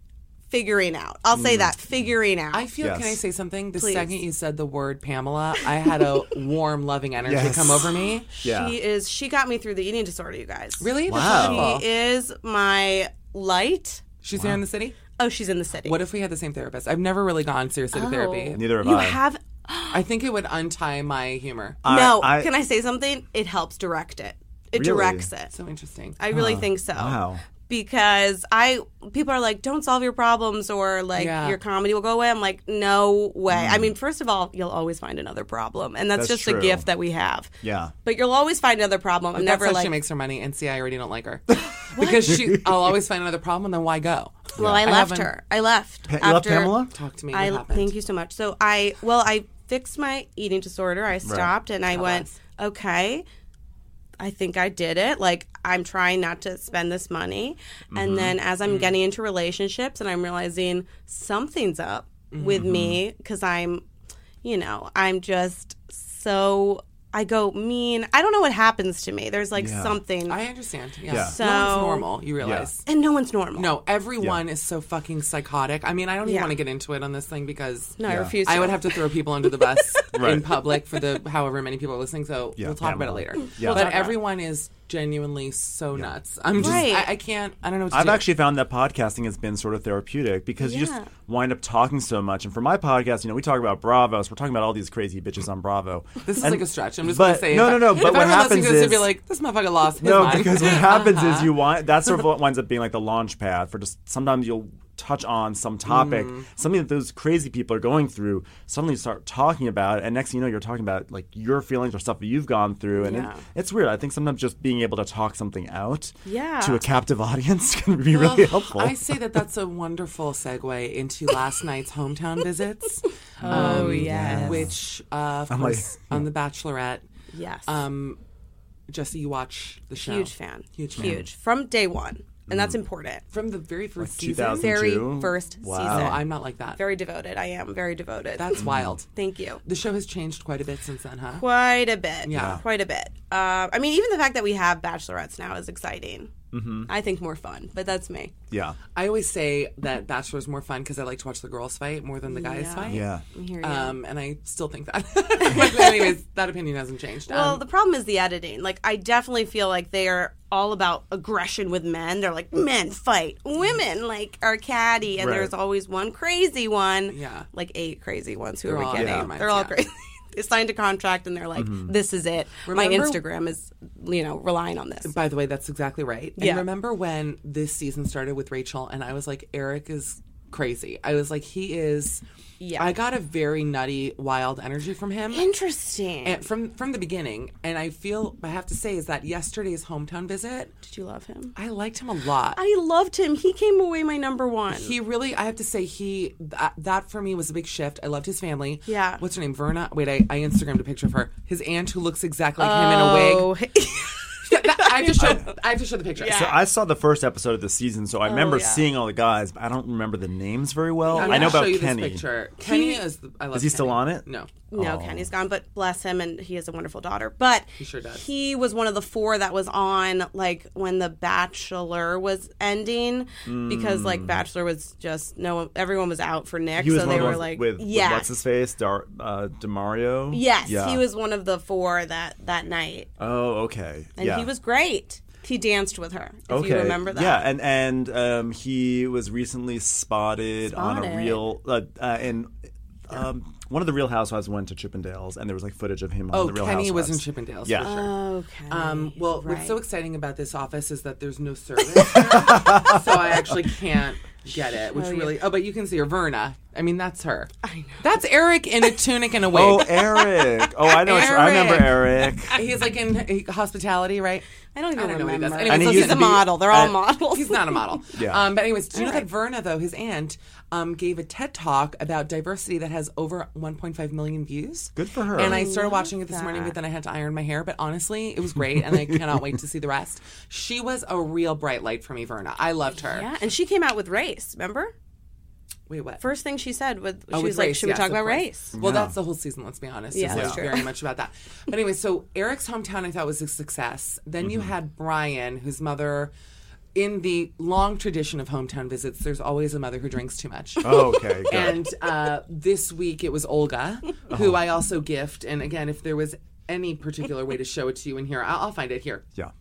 figuring out. I'll
Mm.
say that figuring out.
I feel. Can I
Yes.
say something? The second you said the word Pamela, I had a warm, loving energy
Yes.
come over me.
Yeah.
She is. She got me through the eating disorder, you guys.
Really? That's
Wow.
wonderful.
She is my light.
She's here in the city.
Oh, she's in the city.
What if we had the same therapist? I've never really gone seriously to therapy.
Neither have
you
I.
have?
I think it would untie my humor.
no.
I-
can I say something? It helps direct it. It
Really?
directs it.
so interesting.
I really think so.
Wow.
because I people are like, don't solve your problems or like
Yeah.
your comedy will go away. I'm like, no way. I mean, first of all, you'll always find another problem, and
Mm.
that's,
That's
just
true.
a gift that we have.
Yeah.
but you'll always find another problem. I'm
That's
never
how
like,
she makes her money. And see, I already don't like her because she. I'll always find another problem, and then why go?
well, I left
haven't-
her. I left.
Pa- you left Pamela?
Talk to me. What
I
happened?
thank you so much. So I well, I fixed my eating disorder. I stopped and I went, okay. I think I did it. Like I'm trying not to spend this money.
Mm-hmm.
And then as
Mm-hmm.
I'm getting into relationships and I'm realizing something's up with me
Mm-hmm.
cuz I'm you know, I'm just so I go mean. I don't know what happens to me. There's like something
I understand. Yeah.
Yeah.
So no
So-
one's normal. You realize.
and no one's normal.
No, everyone is so fucking psychotic. I mean, I don't even want to get into it on this thing because
No, I refuse to.
I would have to throw people under the bus in public for the however many people are listening. So we'll talk about it
Pamela.
later.
Yeah. We'll talk
But everyone is genuinely so nuts. I'm just,
Right.
I, I can't, I don't know what to
I've
do.
actually found that podcasting has been sort of therapeutic because you just wind up talking so much. And for my podcast, you know, we talk about Bravos. We're talking about all these crazy bitches on Bravo.
This is
And-
like a stretch. I'm just
but-
going to say.
no,
if I-
no, no,
If
but what
everyone listening to
happens
this
is-
would be like, this motherfucker lost his
No,
mind.
because what happens is
Uh-huh.
you wind that sort of what winds up being like the launch pad for just sometimes you'll touch on some topic,
Mm.
something that those crazy people are going through. Suddenly you start talking about it, and next thing you know, you're talking about like your feelings or stuff that you've gone through, and it- it's weird. I think sometimes just being able to talk something out
Yeah.
to a captive audience can be really helpful.
I say that that's a wonderful segue into last night's hometown visits.
Oh,
um,
yes.
Which, uh, of
like-
course, on The Bachelorette,
Yes.
um, Jesse, you watch the show.
huge fan.
Huge fan. Mm.
Huge from day 1. And that's important.
From the very first season.
2000.
very
June?
first
Wow.
Oh,
season.
I'm not like that.
very devoted. I am very devoted.
That's wild.
Thank you.
The show has changed quite a bit since then, huh?
Quite a bit.
Yeah.
Quite a bit. Uh, I mean, even the fact that we have bachelorettes now is exciting. Mm-hmm. I think more fun, but that's me.
yeah,
I always say that Bachelor's more fun because I like to watch the girls fight more than the guys fight.
yeah.
Um, and I still think that. but anyways, that opinion hasn't changed.
Well,
um,
the problem is the editing. Like, I definitely feel like they are all about aggression with men. They're like, men fight. Women, like, are catty. And
Right.
there's always one crazy one.
Yeah.
Like, eight crazy ones. Who are we
all out of
kidding?
their minds,
They're all
yeah. Mm-hmm.
crazy. they signed a contract and they're like, this is it. My
Remember-
Instagram is, you know, relying on this.
by the way, that's exactly right.
Yeah.
And remember when this season started with Rachel and I was like, Eric is crazy. I was like, he is.
Yeah.
I got a very nutty, wild energy from him.
Interesting.
And from from the beginning, and I feel I have to say is that yesterday's hometown visit,
Did you love him?
I liked him a lot.
I loved him. He came away my number one.
He really, I have to say, he that, that for me was a big shift. I loved his family.
Yeah.
What's her name? Verna. Wait, I, I Instagrammed a picture of her. His aunt who looks exactly like him in a wig. That- I have to show. I have to show the picture.
So I saw the first episode of the season, so I remember seeing all the guys, but I don't remember the names very well.
Oh, I'm
I know
gonna
about
show you
Kenny.
This picture. Kenny is. The, I love
Is he still
Kenny.
on it?
No.
no,
Oh.
Kenny's gone, but bless him, and he has a wonderful daughter. But he
sure does.
He was one of the four that was on like when The Bachelor was ending, because like Bachelor was just no one, everyone was out for Nick,
Mm. He was
so
one
they
of the
were
ones
like,
with, with
yeah,
what's his face, Dar- uh, Demario.
yes,
Yeah.
he was one of the four that that night,
Oh, okay.
and
yeah.
he was great. He danced with her, if
Okay.
you remember that.
Yeah, and and um, he was recently spotted, on a
Spotted.
real uh, uh, in um, one of the Real Housewives went to Chippendales, and there was like footage of him on
Oh,
the Real
Kenny was
Housewives.
in Chippendales.
Yeah.
For sure.
Okay.
Um, well, what's so
right.
exciting about this office is that there's no service, here, so I actually can't get it. Which really, oh, but you can see her, Verna. I mean, that's her. I know. That's Eric in a tunic and a wig.
Oh, Eric. Oh, I know. it's- I remember Eric.
He's like in he- hospitality, right?
I don't even
I don't know what he
remember.
does.
And
Anyways,
he
so
he's
used
he's,
to
a
be-
model. They're all
uh,
models.
he's not a model.
Yeah.
Um, but anyways, do you know that Verna though, his aunt, um, gave a TED talk about diversity that has over 1.5 million views.
Good for her.
And I started watching it this morning, but then I had to iron my hair. But honestly, it was great, and I cannot wait to see the rest. She was a real bright light for me, Verna. I loved her.
Yeah, and she came out with race. Remember?
Wait, what?
First thing she said was
Oh, with
she was like,
race,
"Should
yes,
we talk
of
about
course.
race?"
Well, that's the whole season. Let's be honest.
Yeah,
It's
that's
not
true.
very much about that. But anyway, so Eric's hometown I thought was a success. Then you
Mm-hmm.
had Brian, whose mother. In the long tradition of hometown visits, there's always a mother who drinks too much.
Oh, okay. Good.
And uh, this week it was Olga,
Oh.
who I also gift. And again, if there was any particular way to show it to you in here, I'll, I'll find it here.
yeah.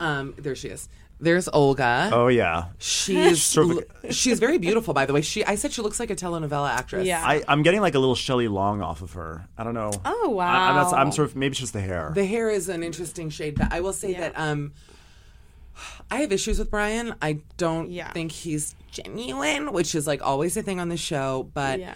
Um, there she is. There's Olga.
Oh, yeah.
She's
Sort of
l- she's very beautiful, by the way. She I said she looks like a telenovela actress.
Yeah.
I, I'm getting like a little Shelley Long off of her. I don't know.
Oh, wow.
I, I'm, not- I'm sort of maybe it's just the hair.
The hair is an interesting shade. But I will say that um, I have issues with Brian. I don't
Yeah.
think he's genuine, which is like always a thing on the show. But
Yeah.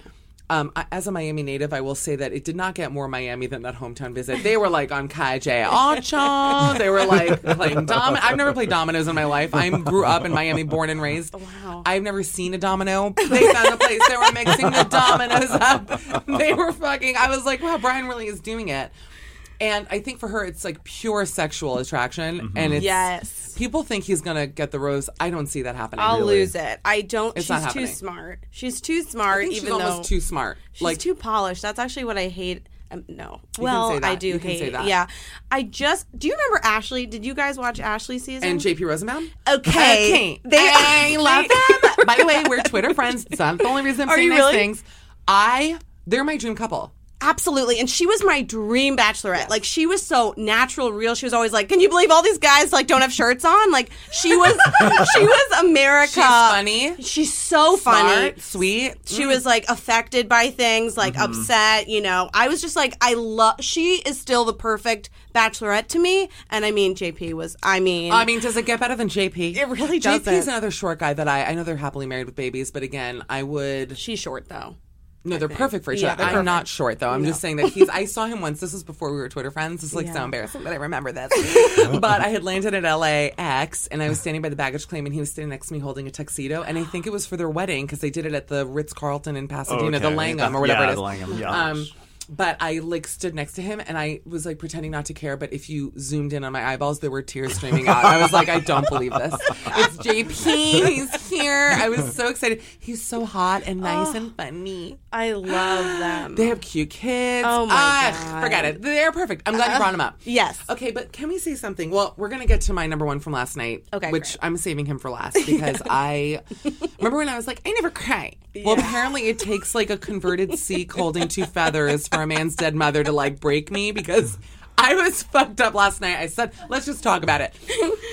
um, I, as a Miami native, I will say that it did not get more Miami than that hometown visit. They were like on Kai J. Ocho. They were like playing domino. I've never played dominoes in my life. I grew up in Miami, born and raised. Wow. I've never seen a domino. They found a place. They were mixing the dominoes up. They were fucking. I was like, wow, Brian really is doing it. And I think for her, it's like pure sexual attraction, and it's
Yes.
People think he's gonna get the rose. I don't see that happening.
I'll lose it. I don't.
It's
she's
not
too
happening.
smart. She's too smart.
I think
even
she's almost
though
too smart.
She's
like
too polished. That's actually what I hate. Um, no. well,
say that.
I do
You can
hate.
say that.
Yeah. I just. Do you remember Ashley? Did you guys watch Ashley season?
and JP Rosenbaum.
Okay.
they I
they-
love them. By the way, we're Twitter friends. It's not the only reason I'm
Are
saying
you
nice
really?
things. I they're my dream couple.
Absolutely. And she was my dream bachelorette. Like she was so natural, real. She was always like, Can you believe all these guys like don't have shirts on? Like she was she was
She's
America.
funny.
She's so funny.
Smart, sweet. Mm. Mm-hmm.
She was like affected by things, like upset, you know. I was just like, I love she is still the perfect bachelorette to me. And I mean JP was I mean
I mean, does it get better than JP?
It really
JP's
doesn't.
another short guy that I I know they're happily married with babies, but again, I would
she's short though.
No, they're perfect for each
Yeah,
other.
they're
I'm
perfect.
not short though. I'm just saying that he's. I saw him once. This was before we were Twitter friends. It's like so embarrassing that I remember this. but I had landed at LAX and I was standing by the baggage claim and he was standing next to me holding a tuxedo and I think it was for their wedding because they did it at the Ritz Carlton in Pasadena, the
Okay.
Langham or whatever
Yeah,
it is.
the Langham, yeah.
Um, but I like stood next to him and I was like pretending not to care. But if you zoomed in on my eyeballs, there were tears streaming out. I was like, I don't believe this. It's JP. He's here. I was so excited. He's so hot and
Ah.
nice and funny.
I love them.
They have cute kids.
Oh my
Ah,
God. Uh-huh.
Forget it. They're perfect. I'm glad you brought them up.
yes.
Okay, but can we say something? Well, we're gonna get to my number one from last night.
Okay,
Which
great.
I'm saving him for last because I remember when I was like, I never cry. Well, apparently it takes like a converted seek holding two feathers for a man's dead mother to like break me because. I was fucked up last night. I said, let's just talk about it.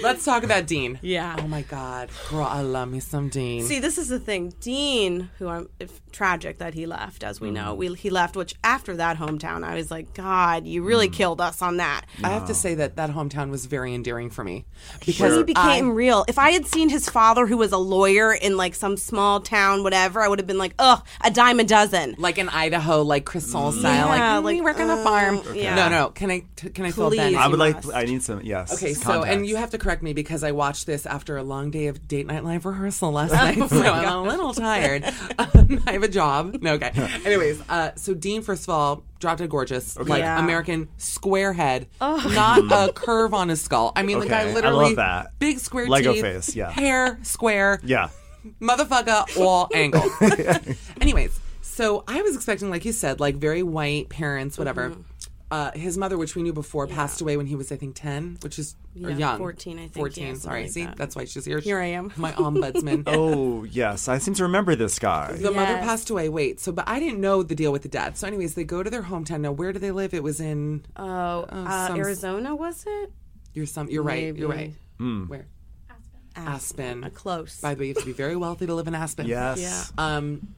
Let's talk about Dean.
Yeah.
Oh my God. Girl, I love me some Dean.
See, this is the thing. Dean, who I'm if, tragic that he left, as we
Mm.
know, we, he left. Which after that hometown, I was like, God, you
Mm.
really killed us on that.
I have to say that that hometown was very endearing for me.
He became real. If I had seen his father, who was a lawyer in like some small town, whatever, I would have been like, ugh, a dime a dozen.
like in Idaho, like Crystal style, like,
Yeah,
mm,
like,
we work on a farm.
yeah.
No, no. Can I t- can I fill
Please.
Ben?
I
you
would like.
must.
I need some. Yes.
Okay, so
context.
and you have to correct me because I watched this after a long day of date night live rehearsal
Oh
last night, so I'm a little tired. Um, I have a job. No, okay. Anyways, uh, so Dean, first of all, dropped a gorgeous, like
Yeah. Oh.
American square head, not a curve on his skull. I mean, the
Okay, I
guy
love
literally
that.
big square
Lego
teeth,
face, yeah.
hair square,
Yeah.
motherfucker all angles. Anyways, so I was expecting, like you said, like very white parents, whatever.
Mm-hmm.
Uh, his mother, which we knew before, passed away when he was, I think, ten, which is or
Yeah,
young,
14, I think, yeah,
Fourteen.
something
sorry,
like
see,
that.
that's why she's here.
Here I am.
my ombudsman.
Oh yes, I seem to remember this guy.
The mother
Yes.
passed away. Wait, so but I didn't know the deal with the dad. So, anyways, they go to their hometown. Now, where do they live? It was in
Oh, uh,
some-
Arizona was it?
you're some. You're right. You're right.
Maybe.
Hmm.
Where Aspen.
Close.
By the way, you have to be very wealthy to live in Aspen.
Yes.
Um,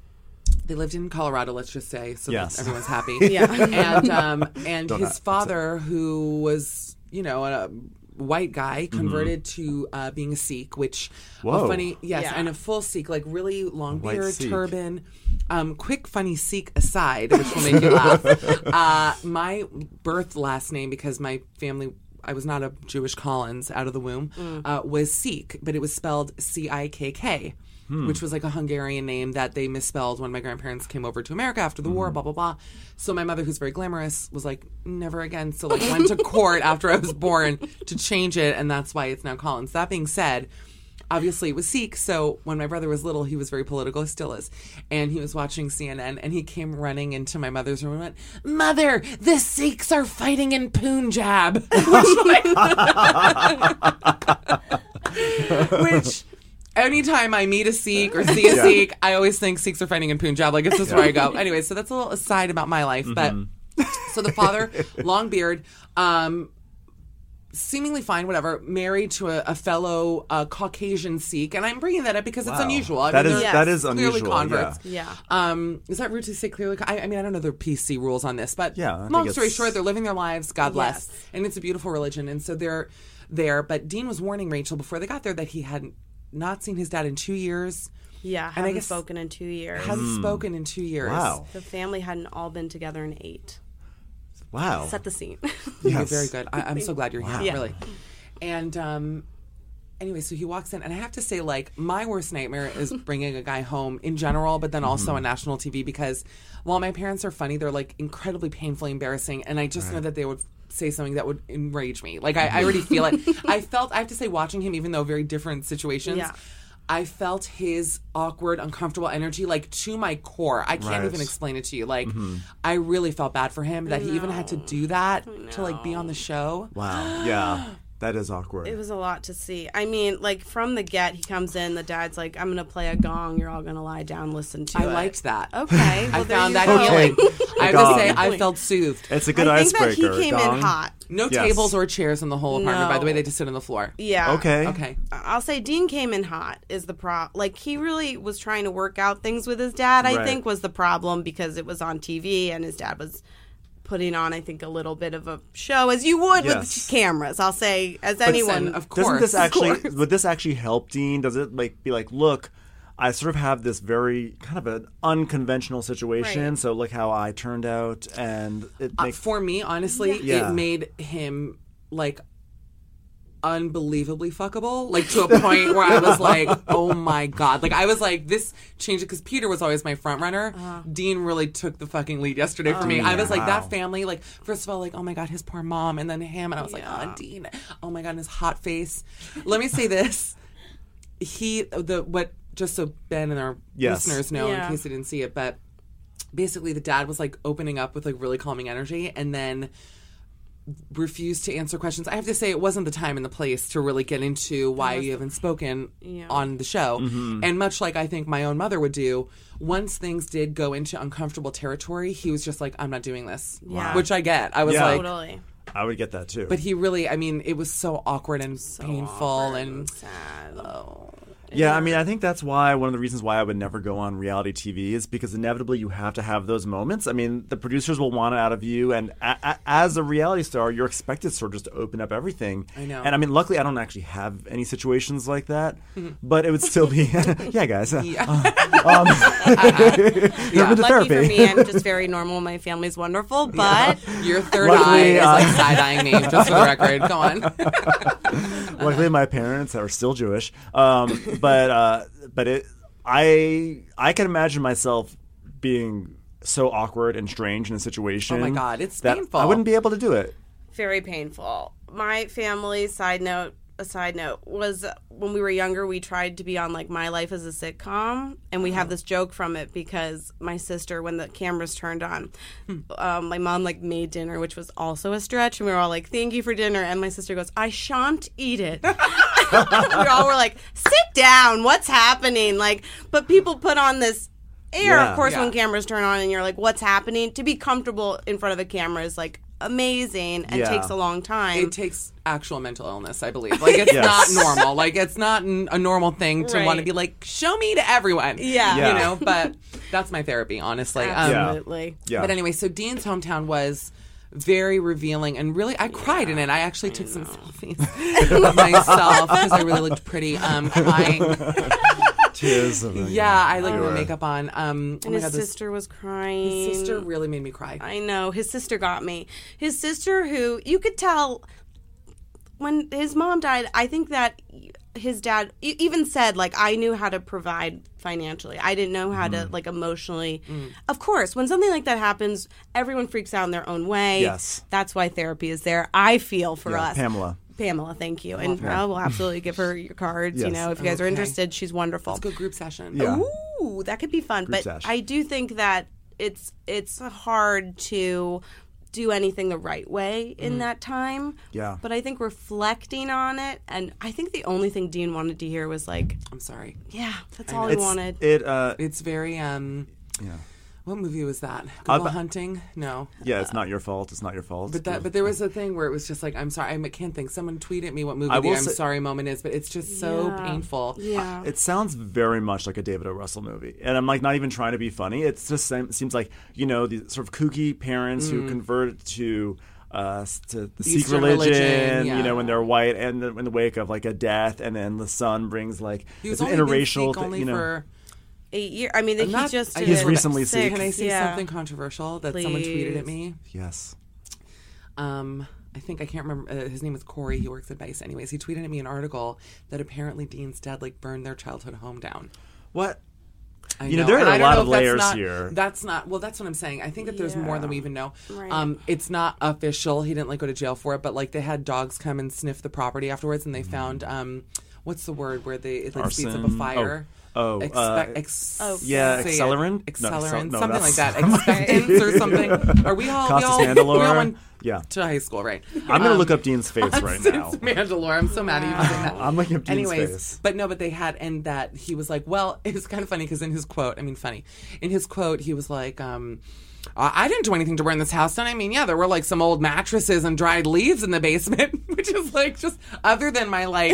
they lived in Colorado, let's just say, so
Yes.
that everyone's happy.
Yeah.
and um, and his
that's it.
father, who was you know a white guy, converted to uh, being a Sikh, which a
Mm-hmm. Whoa.
funny yes,
Yeah.
and a full Sikh, like really long
White
beard,
Sikh.
turban. Um, quick funny Sikh aside, which will make you laugh. Uh, my birth last name, because my family. I was not a Jewish Collins out of the womb, uh, was Sikh, but it was spelled C I K K, which was like a Hungarian name that they misspelled when my grandparents came over to America after the war, blah, blah, blah. So my mother, who's very glamorous, was like, never again. So, like, went to court after I was born to change it, and that's why it's now Collins. That being said, obviously it was Sikh. So when my brother was little, he was very political, still is. And he was watching CNN and he came running into my mother's room and went, Mother, the Sikhs are fighting in Punjab. Which, like- which anytime I meet a Sikh or see a Sikh, I always think Sikhs are fighting in Punjab. Like, it's just where I go. Anyway, so that's a little aside about my life. But so the father, long beard, um, seemingly fine, whatever, married to a, a fellow uh, Caucasian Sikh, and I'm bringing that up because it's unusual. I
That is-
they're
that is
clearly
unusual,
Converts.
yeah.
Um, is that rude to say clearly? con- I, I mean, I don't know the PC rules on this, but
Yeah, I think
long story
it's-
short, they're living their lives. God bless, and it's a beautiful religion, and so they're there. But Dean was warning Rachel before they got there that he hadn't not seen his dad in two years.
Yeah,
and I
haven't
guess
spoken in two years.
hasn't spoken in two years.
Hmm. Wow.
the family hadn't all been together in eight.
Wow.
Set the scene.
Yes.
You're very good. I, I'm so glad you're here.
Yeah.
Really. And um, anyway, so he walks in, and I have to say, like, my worst nightmare is bringing a guy home in general, but then also on national TV because while my parents are funny, they're like incredibly painfully embarrassing, and I just know that they would say something that would enrage me. Like, I, I already feel it. I felt, I have to say, watching him, even though very different situations.
Yeah.
I felt his awkward, uncomfortable energy like to my core. I can't
Right. Mm-hmm.
even explain it to you. Like, I really felt bad for him that he even had to do that to like be on the show.
Wow. Yeah. That is awkward.
it was a lot to see. I mean, like from the get, he comes in. The dad's like, "I'm gonna play a gong. You're all gonna lie down, listen to
I
it."
liked that.
Okay, well,
I
Oh, there
found
you
that
go.
healing. I have to
God.
say, I felt soothed.
it's a good
I think
icebreaker.
that he came
Gong.
in hot.
No
Yes.
tables or chairs in the whole apartment. By the way,
No.
they just sit on the floor.
Yeah.
Okay.
Okay.
I'll say Dean came in hot is the pro. Like he really was trying to work out things with his dad. I
Right.
think was the problem because it was on TV and his dad was putting on. I think a little bit of a show as you would
Yes.
with cameras. I'll say as anyone.
And of course.
Doesn't this actually would this actually help Dean? Does it like be like, look, I sort of have this very kind of an unconventional situation,
Right.
so look how I turned out and it
Uh,
makes
for me, honestly,
Yeah.
it made him like unbelievably fuckable, like to a point where I was like, oh my god, like I was like, this changed it because Peter was always my front runner. Dean really took the fucking lead yesterday for
Oh,
me. I was like, that family, like first of all, like oh my god, his poor mom, and then him, and I was like, oh Dean, oh my god, and his hot face. Let me say this: he the what just so Ben and our
Yes.
listeners know
Yeah.
in case they didn't see it, but basically the dad was like opening up with like really calming energy and then refused to answer questions. I have to say it wasn't the time and the place to really get into why you haven't spoken on the show.
Mm-hmm.
And much like I think my own mother would do, once things did go into uncomfortable territory, he was just like, I'm not doing this.
Yeah.
Which I get. I was
Yeah.
like
totally.
I would get that too.
but he really I mean, it was so awkward and painful and
Sad.
Yeah, I mean, I think that's why one of the reasons why I would never go on reality TV is because inevitably you have to have those moments. I mean, the producers will want it out of you, and a- a- as a reality star, you're expected sort of just to open up everything. I
know.
And I mean, luckily, I don't actually have any situations like that, but it would still be, yeah, guys. uh, um,
Yeah.
yeah, to
Lucky
therapy.
for me, I'm just very normal. My family's wonderful, but
your third
Luckily,
eye is
uh,
like side eyeing me, just for the record. Go on.
Luckily, my parents are still Jewish. Um, but uh, but it, I I can imagine myself being so awkward and strange in a situation.
Oh God, it's
that
painful.
I wouldn't be able to do it.
very painful. My family side note, a side note was when we were younger, we tried to be on like My Life as a sitcom, and we have this joke from it because my sister, when the cameras turned on, um, my mom like made dinner, which was also a stretch, and we were all like, "Thank you for dinner," and my sister goes, "I shan't eat it." we all were like, "Sit down, what's happening?" Like, but people put on this. Air,
Yeah.
of course, when cameras turn on and you're like, what's happening? To be comfortable in front of a camera is like amazing and
Yeah.
takes a long time.
it takes actual mental illness, I believe. Like it's
Yes.
not normal. Like it's not n- a normal thing to want to
Right.
be like, show me to everyone.
Yeah.
Yeah.
you know. But that's my therapy, honestly. Um,
Absolutely.
Yeah.
But anyway, so Dean's hometown was very revealing and really I cried in it. I actually took some selfies of myself because I really looked pretty. Um, crying.
Tears of a-
Yeah, I like no makeup on. Um, oh
And
my
his
god, this
sister was crying.
sister really made me cry.
I know. His sister got me. His sister, who you could tell when his mom died, I think that his dad e- even said, like, I knew how to provide financially. I didn't know how to, like, emotionally. Of course, when something like that happens, everyone freaks out in their own way.
Yes.
That's why therapy is there. I feel for us.
Pamela.
Pamela, thank you. And I will absolutely give her your cards. You
Yes.
know, if you guys are interested, she's wonderful.
Let's go group session.
Yeah.
Ooh, that could be fun. but
sesh.
I do think that it's it's hard to do anything the right way in that time.
Mm-hmm. Yeah.
But I think reflecting on it, and I think the only thing Dean wanted to hear was like,
I'm sorry.
"Yeah, that's all I
It's-
wanted."
It uh,
It's very um. Yeah. What movie was that? Google Hunting? No.
Yeah, it's not your fault. It's not your fault.
But that, but there was a thing where it was just like, I'm sorry, I can't think. Someone tweet at me what movie
I
the
will
I'm
say-
sorry moment is, but it's just so painful.
Yeah.
It sounds very much like a David O. Russell movie, and I'm like not even trying to be funny. It's just sem- seems like you know these sort of kooky parents who convert to uh, s- to the Sikh
Mm. Eastern
religion,
religion, yeah.
you know, when they're white, and then in the wake of like a death, and then the son brings like
He was
it's an
only
interracial,
interracial
thi-
only
you know.
for.
Eight years. I mean, he
not-
just
I
did
He's
it
recently
six.
sick.
Can I say
yeah.
something controversial that someone tweeted at
Please.
me?
yes,
um, I think I can't remember uh, his name is Corey. He works at Vice. Anyways, he tweeted at me an article that apparently Dean's dad like burned their childhood home down.
what?
I
You know, there
and
are a
I don't
lot
know
of
if that's
layers
not-
here.
That's not well. That's what I'm saying. I think that there's more than we even know.
Right.
Um, it's not official. He didn't like go to jail for it, but like they had dogs come and sniff the property afterwards, and they found um, what's the word where they it like speeds up a
Mm. Arson.
fire.
Oh, oh,
Expe-
uh,
ex-
yeah,
say it.
accelerant? No, accel-
accelerant,
no,
something like
that's-
that, expectance or something. Are we all we
Costas
all, we all
Mandalore?
went
Yeah.
to high school, right?
I'm gonna look up Dean's face right now.
Since Mandalore. I'm so mad at you for saying that.
I'm looking up Dean's
Anyways,
face.
but no, but they had, and that he was like, well, it's kind of funny because in his quote, I mean, funny, in his quote, he was like, um, I I didn't do anything to burn this house down. I mean, yeah, there were like some old mattresses and dried leaves in the basement, which is like just other than my like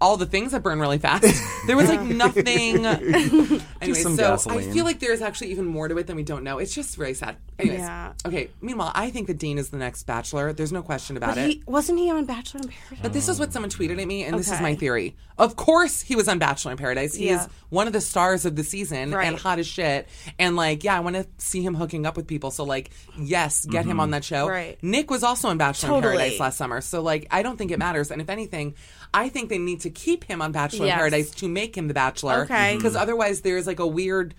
all the things that burn really fast. There was like nothing. anyway,
some
so I
gasoline.
feel like there's actually even more to it than we don't know. It's just very sad. Anyways,
Yeah.
okay. Meanwhile, I think that Dean is the next Bachelor. There's no question about
But
it.
he wasn't he on Bachelor in Paradise?
But this is what someone tweeted at me, and this is my
Okay.
theory. Of course, he was on Bachelor in Paradise. He
Yeah.
is one of the stars of the season and
Right.
hot as shit. And like, yeah, I want to see him hooking up with people. So like, yes, get him on that show.
Right.
Nick was also on Bachelor in
Totally.
Paradise last summer. So like, I don't think it matters. And if anything, I think they need to keep him on Bachelor in
Yes.
Paradise to make him the Bachelor.
Okay.
Because otherwise, there's like a weird.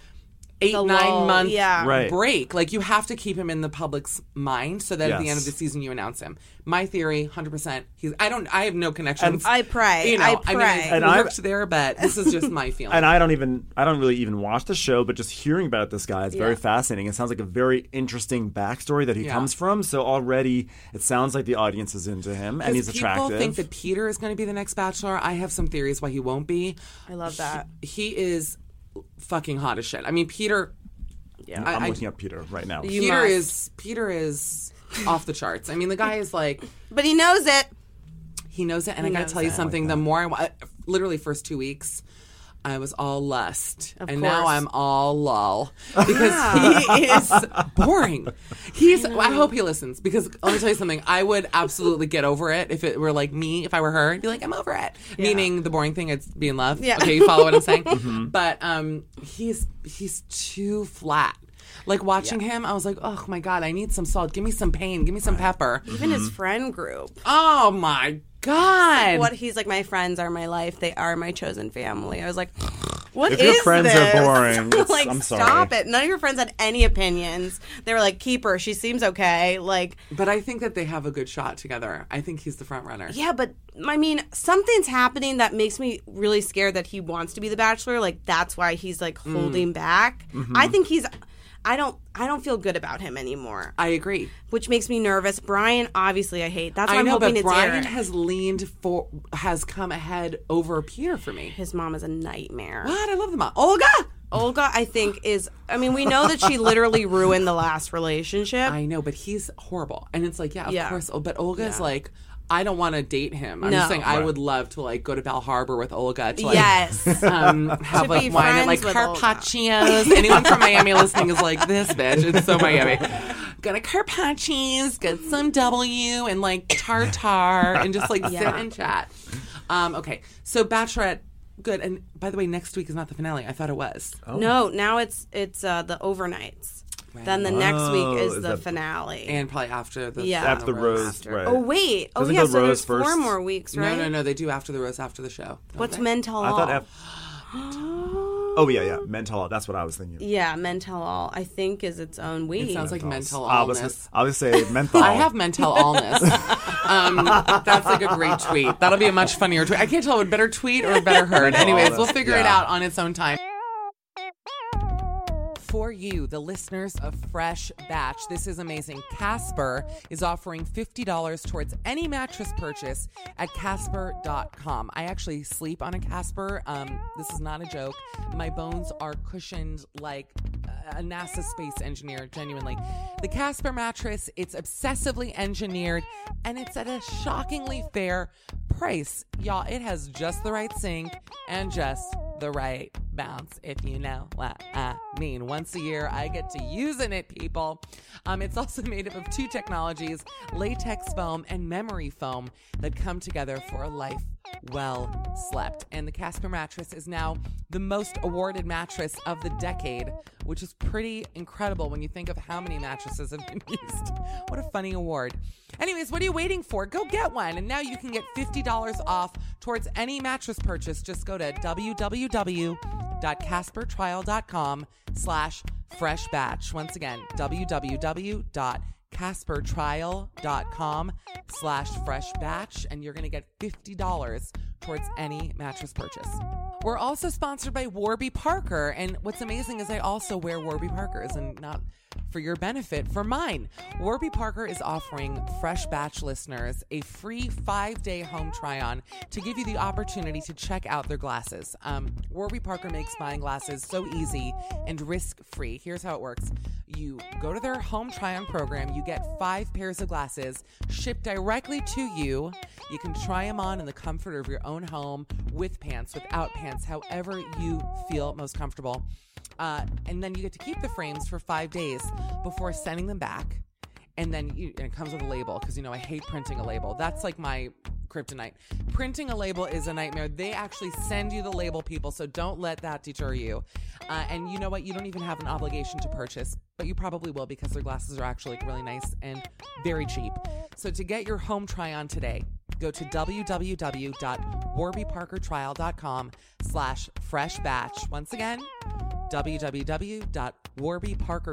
Eight
The
nine
lull,
month
yeah.
Right.
break. Like you have to keep him in the public's mind so that at the end of
Yes.
the season you announce him. My theory, hundred percent. He's I don't I have no connections.
I pray.
You know,
I
mean,
pray.
I
And
I-
worked there, but this is just my feeling.
and I don't even I don't really even watch the show, but just hearing about this guy is very fascinating. It sounds like a very interesting backstory that he comes from. So already it sounds like the audience is into him and he's
people
attractive.
think that Peter is going to be the next Bachelor. I have some theories why he won't be.
I love that.
He is fucking hot as shit. I mean, Peter. Yeah, I,
I'm
I-
looking up Peter right now.
You
Peter
must.
is Peter is off the charts. I mean, the guy is like
But he knows it.
He knows it, and I got to
knows
tell you something. the more I, wa- literally first two weeks, I was all lust, and now
course.
I'm all lull because he is boring. He's. I, hope he listens because let me tell you something. I would absolutely get over it if it were like me. If I were her, I'd be like, I'm over it. Meaning the boring thing. It's being loved.
Yeah. Mm-hmm.
Okay, you follow what I'm saying. But um, he's he's too flat. Like watching him, I was like, oh my god, I need some salt. Give me some pain. Give me some pepper.
Even
Mm-hmm.
his friend group.
Oh my god.
What he's like, my friends are my life. They are my chosen family. I was like, what
If your
is
friends are
this?
boring, it's-
like,
I'm sorry.
stop it. None of your friends had any opinions. They were like, keep her. She seems okay. Like,
But I think that they have a good shot together. I think he's the front runner.
yeah, but I mean, something's happening that makes me really scared that he wants to be the bachelor. Like, that's why he's like
Mm.
holding back.
Mm-hmm.
I think he's. I don't. I don't feel good about him anymore,
I agree.
which makes me nervous. Brian, obviously, I hate. That's why
I
I'm
know,
hoping
but
it's
Brian
Eric.
has leaned for, has come ahead over Peter for me.
His mom is a nightmare.
God, I love them all. Olga!
Olga, I think, is. I mean, we know that she literally ruined the last relationship.
I know, but he's horrible. And it's like, yeah, of
Yeah.
course. oh, But Olga's like, I don't want to date him. I'm
No.
just saying, I would love to like go to Bal Harbor with Olga to like
yes.
um, have
To
like
be
wine at
friends
like
with Olga.
carpaccios. Anyone from Miami listening is like, this bitch. It's so Miami. Go to carpaccios, get some W and like tartar and just like sit and chat. Um, okay. So Bachelorette, good. And by the way, next week is not the finale. I thought it was.
Oh.
No, now it's it's uh, the overnights. Then the next
Oh,
week is the finale.
And probably after the
Yeah.
on
After
the rose,
after.
right.
oh wait, oh
Doesn't
yeah,
go
so
Rose
there's four
first?
more weeks, right?
No, no, no. They do after the rose after the show.
What's mental
I
all?
thought af- Oh yeah, yeah, mental. That's what I was thinking.
yeah, mental all. I think is its own week.
It sounds like mental
I
illness.
was, I would say menthol.
I have mental illness. um, that's like a great tweet. That'll be a much funnier tweet. I can't tell if a better tweet or a better heard. Anyways, we'll
illness,
figure it
yeah.
out on its own time. For you, the listeners of Fresh Batch, this is amazing. Casper is offering $50 towards any mattress purchase at Casper.com. I actually sleep on a Casper. Um, this is not a joke. My bones are cushioned like a NASA space engineer, genuinely. The Casper mattress, it's obsessively engineered and it's at a shockingly fair price. Y'all, it has just the right sink and just the right bounce, if you know what I mean. Once a year, I get to using it, people. Um, it's also made up of two technologies, latex foam and memory foam, that come together for a life well slept. And the Casper mattress is now the most awarded mattress of the decade, which is pretty incredible when you think of how many mattresses have been used. What a funny award. Anyways, what are you waiting for? Go get one. And now you can get $50 off towards any mattress purchase. Just go to www.caspertrial.com slash fresh batch. Once again, www.caspertrial.com slash fresh batch. And you're going to get $50 towards any mattress purchase. We're also sponsored by Warby Parker. And what's amazing is I also wear Warby Parkers and not for your benefit, for mine. Warby Parker is offering Fresh Batch listeners a free five day home try on to give you the opportunity to check out their glasses. Um, Warby Parker makes buying glasses so easy and risk free. Here's how it works you go to their home try on program, you get five pairs of glasses shipped directly to you. You can try them on in the comfort of your own home with pants, without pants, however you feel most comfortable. Uh, and then you get to keep the frames for five days before sending them back. And then you, and it comes with a label because you know I hate printing a label. That's like my kryptonite. Printing a label is a nightmare. They actually send you the label, people, so don't let that deter you. Uh, and you know what? You don't even have an obligation to purchase, but you probably will because their glasses are actually really nice and very cheap. So to get your home try on today, go to www.warbyparkertrial.com slash fresh batch. Once again,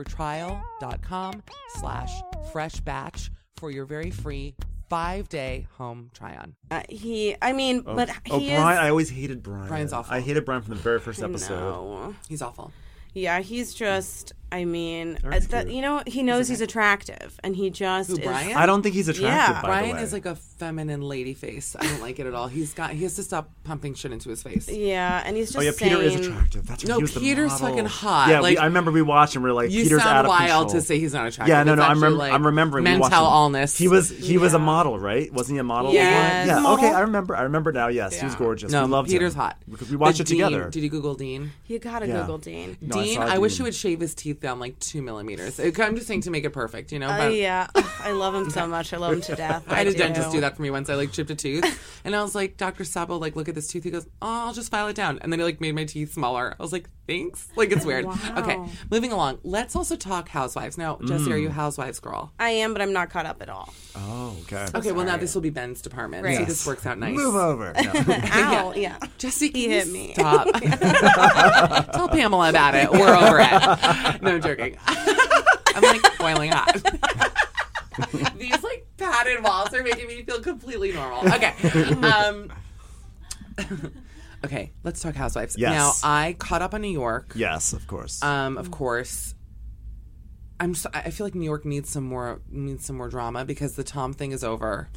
www.warbyparkertrial.com slash fresh batch for your very free five day home try on.
Uh, he, I mean, but he
oh,
is.
Brian! I always hated Brian.
Brian's awful.
I hated Brian from the very first episode.
no.
He's awful.
Yeah, he's just. I mean, uh,
That's
that,
cute.
you know, he knows he's attractive, and he just
Who,
is-
Brian?
I don't think he's attractive. by
Yeah.
the
Brian
way.
is like a feminine lady face. I don't like it at all. He's got he has to stop pumping shit into his face.
Yeah, and he's just.
Oh yeah,
saying,
Peter is attractive. That's right.
No,
he was the
Peter's
model.
fucking hot.
Yeah, we-
Like,
I remember we watched and we are like,
You
Peter's out
sound
of
wild
control.
to say he's not attractive.
Yeah, no,
It's
no, I'm,
actually,
rem-
like,
I'm remembering. we
mental
watched him.
illness.
He was he was a model, right? Wasn't he a model? at
Yes.
one point? Yeah.
Model.
Okay, I remember. I remember now. Yes, he was gorgeous.
no,
we loved
Peter's
him.
hot
because we watched
But
it
Dean-
together.
Did you Google Dean?
You gotta
Yeah.
Google Dean.
No,
Dean,
saw
I, wish
Dean.
he would shave his teeth down like two millimeters. It- I'm just saying to make it perfect, you know.
Oh
but-
yeah, Ugh, I love him so much. I love him to death.
I had a dentist do that for me once. I like chipped a tooth, and I was like, "Doctor Sabo, like look at this tooth." He goes, "Oh, I'll just file it down," and then he like made my teeth smaller. I was like, "Thanks." Like it's weird. Okay, moving along. Let's also talk housewives. Now, Jesse,
Mm.
are you housewives girl?
I am, but I'm not caught up at all.
Oh, okay.
Okay, well now this will be Ben's department, so
Right.
this works out nice.
Move over. No.
Ow, yeah.
Jesse, can
He
you
hit me.
stop? Tell Pamela about it. We're over it. No, I'm joking. I'm like boiling hot. These like padded walls are making me feel completely normal. Okay. Um, okay, let's talk Housewives.
Yes.
Now, I caught up on New York.
yes, of course.
Um, of course. I'm so, I feel like New York needs some more needs some more drama because the Tom thing is over.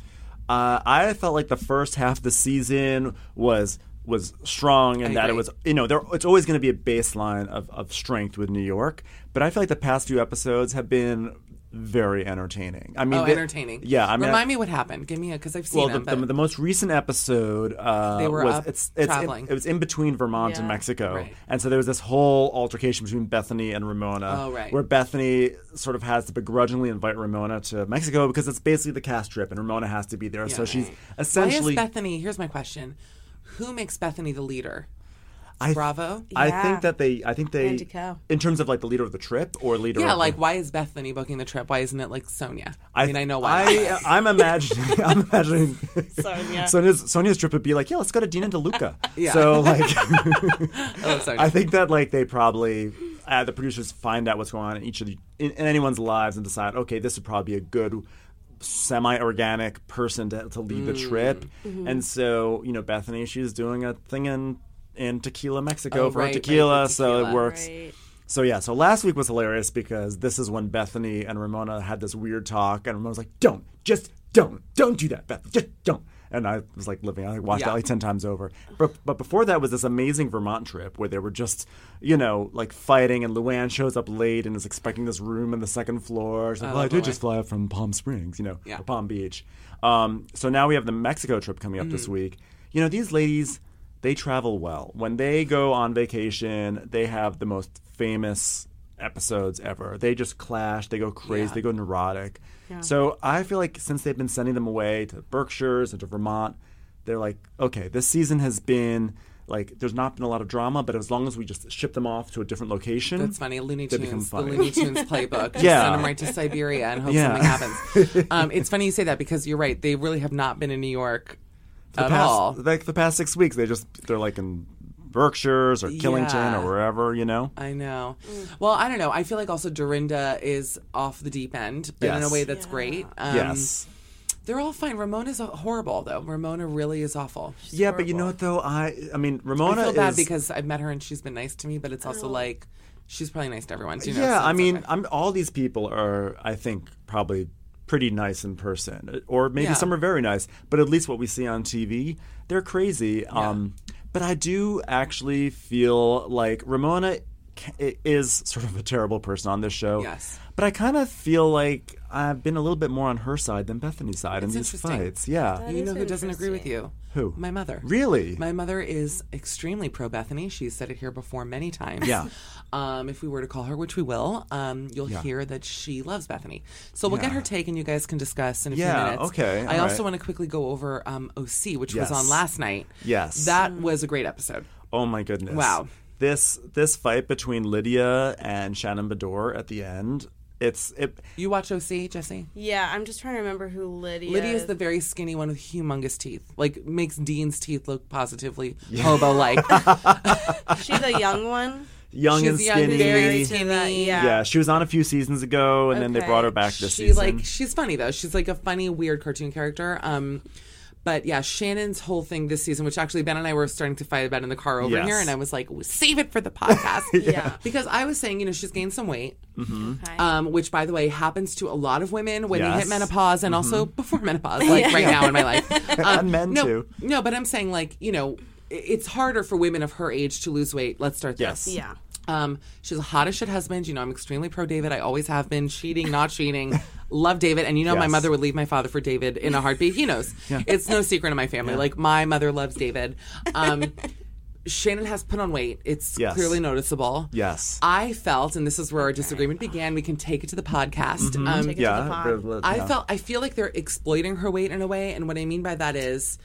Uh, I felt like the first half of the season was was strong and that it
agree.
was you know there it's always going to be a baseline of, of strength with New York, but I feel like the past few episodes have been very entertaining. I mean,
Oh,
they-
entertaining.
Yeah, I mean, I-
remind me what happened. Give me a because I've seen
well,
them.
the, the,
but-
the most recent episode uh,
They were
was
up
it's, it's
traveling.
It, was in between Vermont and
Yeah.
Mexico,
Right.
and so there was this whole altercation between Bethany and Ramona,
Oh, right.
where Bethany sort of has to begrudgingly invite Ramona to Mexico because it's basically the cast trip, and Ramona has to be there, so she's essentially.
Why is Bethany? Here's my question: Who makes Bethany the leader?
I,
Bravo.
I
Yeah.
think that they. I think they.
Andy Coe.
In terms of like the leader of the trip or leader.
Yeah,
of
like
the,
why is Bethany booking the trip? Why isn't it like Sonia? I, mean, I know why.
I, I'm imagining. I'm imagining.
Sonia.
Sonia's, Sonia's trip would be like, yeah, let's go to Dina DeLuca.
Yeah.
So like,
I love Sonia.
I think that like they probably uh, the producers find out what's going on in each of the in, in anyone's lives and decide, okay, this would probably be a good semi-organic person to, to lead the
Mm.
trip.
Mm-hmm.
And so you know, Bethany, she's doing a thing in in Tequila, Mexico
Oh,
for
right, right,
tequila,
with
so it
tequila.
works. So yeah, so last week was hilarious because this is when Bethany and Ramona had this weird talk, and Ramona's like, "Don't, just don't, don't do that, Beth, just don't." and I was like living. I like, watched it like ten times over. But but before that was this amazing Vermont trip where they were just you know like fighting, and Luann shows up late and is expecting this room in the second floor. She's like, well, I did just fly up from Palm Springs, you know, or Palm Beach. Um, so now we have the Mexico trip coming up this week. You know, these ladies they travel well. When they go on vacation, they have the most famous episodes ever. They just clash, they go crazy, they go neurotic. So I feel like since they've been sending them away to the Berkshires and to Vermont, they're like, okay, this season has been like there's not been a lot of drama, but as long as we just ship them off to a different location.
That's funny. Looney
They become
Tunes, the
funny.
Looney Tunes playbook. Just
Yeah.
send them right to Siberia and hope
Yeah.
something happens. Um, it's funny you say that because you're right. They really have not been in New York
the
at
past,
all.
Like the past six weeks, they just they're like in Berkshires or Killington
Yeah.
or wherever, you know.
I know.
Mm.
Well, I don't know. I feel like also Dorinda is off the deep end, but in a
Yes.
way that's great. Um,
yes.
They're all fine. Ramona's uh, horrible, though. Ramona really is awful.
Yeah, but you know what though? I I mean
I
Ramona
feel bad
is
because I've met her and she's been nice to me, but it's also like she's probably nice to everyone. You know,
yeah,
so
I
it's
mean,
okay.
I'm all these people are, I think, probably pretty nice in person, or maybe
Yeah.
some are very nice. But at least what we see on TV, they're crazy. Um, but I do actually feel like Ramona ca- i- is sort of a terrible person on this show.
Yes.
But I kind of feel like I've been a little bit more on her side than Bethany's side in these
interesting.
fights. Yeah.
you know who doesn't agree with you?
Who?
My mother.
Really?
My mother is extremely pro Bethany. She's said it here before many times.
Yeah.
Um, if we were to call her, which we will, um, you'll hear that she loves Bethany. So we'll get her take, and you guys can discuss in a
Yeah,
few minutes.
okay,
I
all
also
right.
want to quickly go over um, OC, which
Yes.
was on last night.
Yes.
That was a great episode.
Oh my goodness.
Wow.
This this fight between Lydia and Shannon Bador at the end. It's it
You watch OC, Jesse?
Yeah, I'm just trying to remember who Lydia.
Lydia's the very skinny one with humongous teeth. Like makes Dean's teeth look positively hobo like.
She's the young one.
young
She's
and
young,
skinny.
very
To that, yeah.
Yeah, she was on a few seasons ago, and then they
Okay.
brought her back this
she
season.
like she's funny though. She's like a funny, weird cartoon character. Um, but yeah, Shannon's whole thing this season, which actually Ben and I were starting to fight about in the car over
Yes.
here, and I was like, save it for the podcast. yeah, because I was saying, you know, she's gained some weight, um, which by the way happens to a lot of women when they
Yes. Mm-hmm.
hit menopause and also before menopause, like right now in my life. Um,
And men,
no,
too.
No, but I'm saying like you know. i- It's harder for women of her age to lose weight. Let's start there.
Yes.
Yeah.
Um, she's a hot as shit husband. You know, I'm extremely pro David. I always have been. Cheating, not cheating. Love David. And you know, my
Yes.
mother would leave my father for David in a heartbeat. He knows. It's no secret in my family. Like, my mother loves David. Um, Shannon has put on weight. It's
Yes.
clearly noticeable.
Yes.
I felt, and this is where our disagreement began. We can take it to the podcast. Um,
Mm-hmm. yeah, but-
I
yeah.
felt I feel like they're exploiting her weight in a way, and what I mean by that is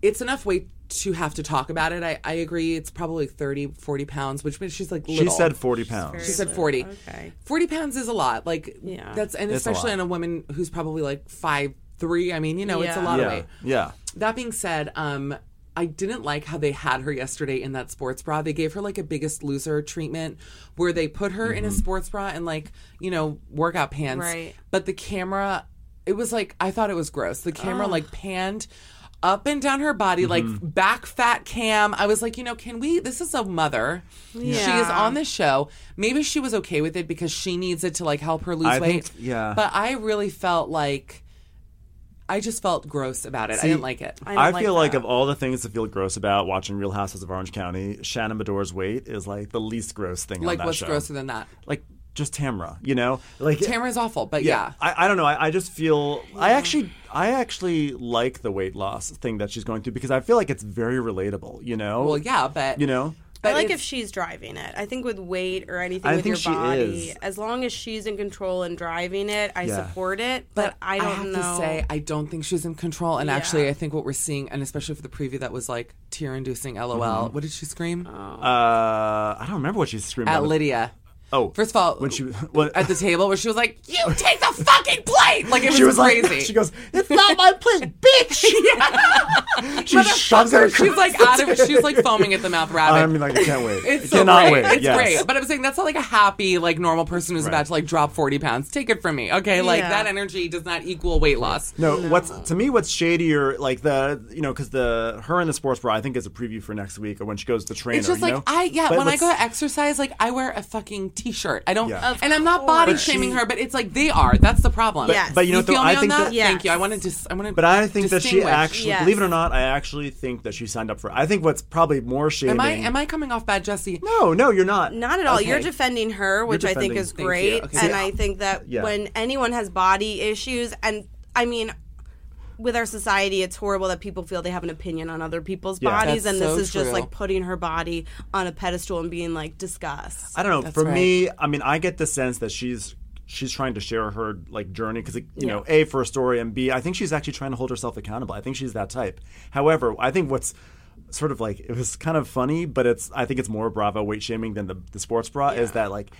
it's enough weight to have to talk about it. I, I agree. It's probably 30, 40 pounds, which means she's like little.
she said forty pounds.
She said forty.
Okay.
Forty pounds is a lot. Like that's and
It's a
especially on
lot.
a woman who's probably like five three. I mean, you know, it's a
Yeah.
lot of
yeah,
weight.
yeah.
That being said, um, I didn't like how they had her yesterday in that sports bra. They gave her like a biggest loser treatment where they put her in a
Mm-hmm.
sports bra and like, you know, workout pants.
Right.
But the camera, it was like, I thought it was gross. The camera like panned up and down her body,
Mm-hmm.
like back fat cam. I was like, you know, can we? This is a mother. She is
Yeah.
on the show. Maybe she was okay with it because she needs it to like help her lose
I
weight.
think- yeah.
But I really felt like. I just felt gross about it. I didn't like it.
don't
I,
like
feel like
that.
of all the things to feel gross about watching Real Houses of Orange County, Shannon Bador's weight is like the least gross thing. on
Like,
that
what's
show.
grosser than that?
Like just Tamra, you know, like
Tamara's awful, but yeah.
I, I don't know. I, I just feel I actually I actually like the weight loss thing that she's going through because I feel like it's very relatable. You know.
Well, yeah, but
You know.
but
I like if
it's-
she's driving it. I think with weight or anything
I
with
think
your
she
body,
is.
as long as she's in control and driving it, I
Yeah.
support it. But, I don't
have
know.
to say, I don't think she's in control. And actually, I think what we're seeing, and especially for the preview that was like tear-inducing. LOL.
Mm-hmm.
What did she scream
Uh, I don't remember what she's screaming
at Lydia?
Oh,
First of all,
when she when,
at the table where she was like, "You take the fucking plate!" Like it was,
she was
crazy.
like, she goes, "It's not my plate, bitch." she shoves her.
She's like out of. She's like foaming at the mouth, rabbit.
I mean, like I can't wait.
It's
I
so
cannot
great.
wait.
It's
yes.
great. But I'm saying that's not like a happy, like normal person who's about to like drop 40 pounds. Take it from me. Okay. Like
Yeah.
that energy does not equal weight loss.
No, what's to me what's shadier like the you know because the her in the sports bra I think is a preview for next week or when she goes to the trainer.
It's just
you
like
know?
I yeah.
But
when I
what's-
go to exercise, like I wear a fucking T-shirt. I don't,
Yeah. Of
and I'm not body shaming her, but it's like they are. That's the problem.
But- Yes. but
you know what, though?
feel me
I
on
think
that?
that-
Thank you. I want to just. I want to.
But I think that she
distinguish.
actually,
Yes.
believe it or not, I actually think that she signed up for. I think what's probably more shaming.
Am I am I coming off bad, Jesse?
No, no, you're not.
Not at all. You're
Okay.
defending her, which I think
defending-
is
Thank
you.
great.
Okay.
And
See,
I think that
yeah.
when anyone has body issues, and I mean, with our society, it's horrible that people feel they have an opinion on other people's
Yeah.
bodies,
That's
and this
so
is just
true.
like putting her body on a pedestal and being like disgust.
I don't know. for me, I mean, I get the sense that she's she's trying to share her like journey because you know, a for a story, and b I think she's actually trying to hold herself accountable. I think she's that type. However, I think what's sort of like it was kind of funny, but it's I think it's more Bravo weight shaming than the, the sports bra is that like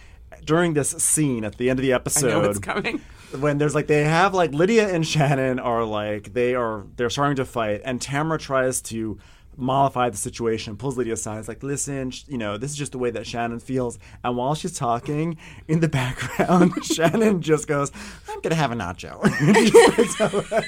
during this scene at the end of the episode
know it's coming.
when there's like they have like Lydia and Shannon are like they are they're starting to fight, and Tamara tries to mollify the situation, pulls Lydia aside, is like, "Listen, sh- you know, this is just the way that Shannon feels." And while she's talking in the background, Shannon just goes, "I'm gonna have a nacho."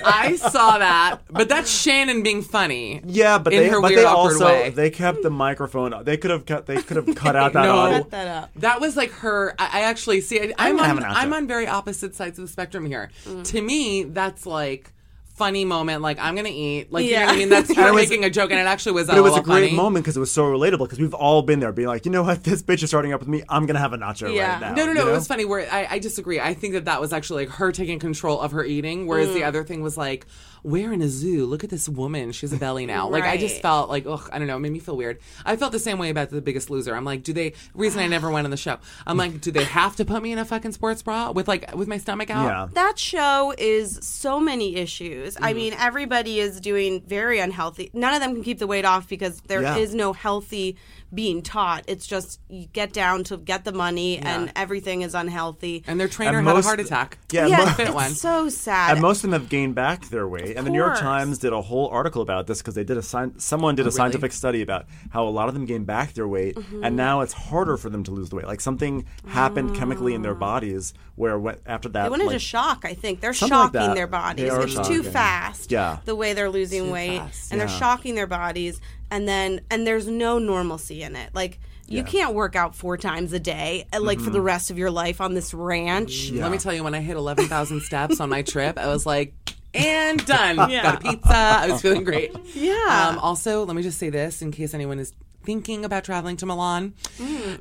I saw that, but that's Shannon being funny.
yeah, but
in
they
her
but
weird
they
awkward
also
way.
they kept the microphone. They could have cut. They could have cut out that.
No.
audio.
Cut
that up.
That was like her. I, I actually see. I, I'm,
gonna have
on.
an outro.
I'm on very opposite sides of the spectrum here.
Mm.
To me, that's like funny moment. Like I'm gonna eat. Like you know
Yeah.
what I mean. That's
it
her
was-
making a joke, and it actually was.
But it was a
LOL
great
funny.
moment because it was so relatable because we've all been there, being like, you know what, this bitch is starting up with me. I'm gonna have a nacho
Yeah.
right now.
No, no, no.
Um, you know?
It was funny. Where I, I disagree. I think that that was actually like her taking control of her eating, whereas
Mm.
the other thing was like, we're in a zoo. Look at this woman. She has a belly now. Like I just
Right.
felt like, ugh, I don't know. It made me feel weird. I felt the same way about The Biggest Loser. I'm like, do they? Reason I never went on the show. I'm like, do they have to put me in a fucking sports bra with like with my stomach out?
Yeah.
that show is so many issues.
Mm-hmm.
I mean, everybody is doing very unhealthy. None of them can keep the weight off because there is
Yeah.
no healthy being taught. It's just you get down to get the money, and everything is unhealthy.
And their trainer
And
had a
most-
heart attack.
Yeah,
yeah,
mo-
fit one.
it's so sad.
And most of them have gained back their weight. And the New York
course.
Times did a whole article about this because they did a sci- someone
Oh,
did a scientific study about how a lot of them gained back their weight,
Mm-hmm.
and now it's harder for them to lose the weight. Like something happened chemically in their
Ah.
bodies where what, after that,
They went into
like-
shock, I think. They're
Something like
shocking
that.
their bodies.
They are
it's too
shocking.
fast.
Yeah.
The way they're losing weight. and they're shocking their bodies and then and there's no normalcy in it. Like you can't work out four times a day uh, like
Mm-hmm.
for the rest of your life on this ranch.
Let me tell you, when I hit 11,000 steps on my trip, I was like, and done. Got a pizza. I was feeling great. Yeah. Um, also, let me just say this in case anyone is thinking about traveling to Milan.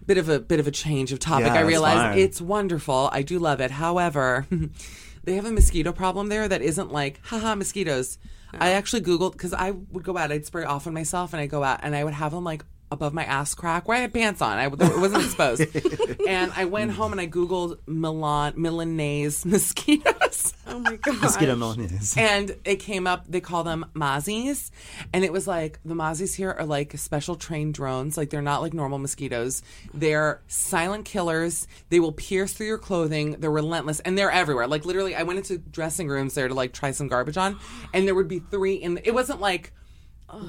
Bit of a bit of a change of topic.
Yeah,
I
that's
realize
fine.
it's wonderful. I do love it. However, they have a mosquito problem there that isn't like, haha, mosquitoes. I actually Googled because I would go out, I'd spray off on myself and I'd go out and I would have them like above my ass crack where I had pants on. I it wasn't exposed. and I went home and I Googled Milan Milanese mosquitoes.
Oh my god.
Mosquito Milanese.
And it came up, they call them Mazis. And it was like, the Mazis here are like special trained drones. Like, they're not like normal mosquitoes. They're silent killers. They will pierce through your clothing. They're relentless. And they're everywhere. Like, literally, I went into dressing rooms there to like try some garbage on. And there would be three in the, it wasn't like,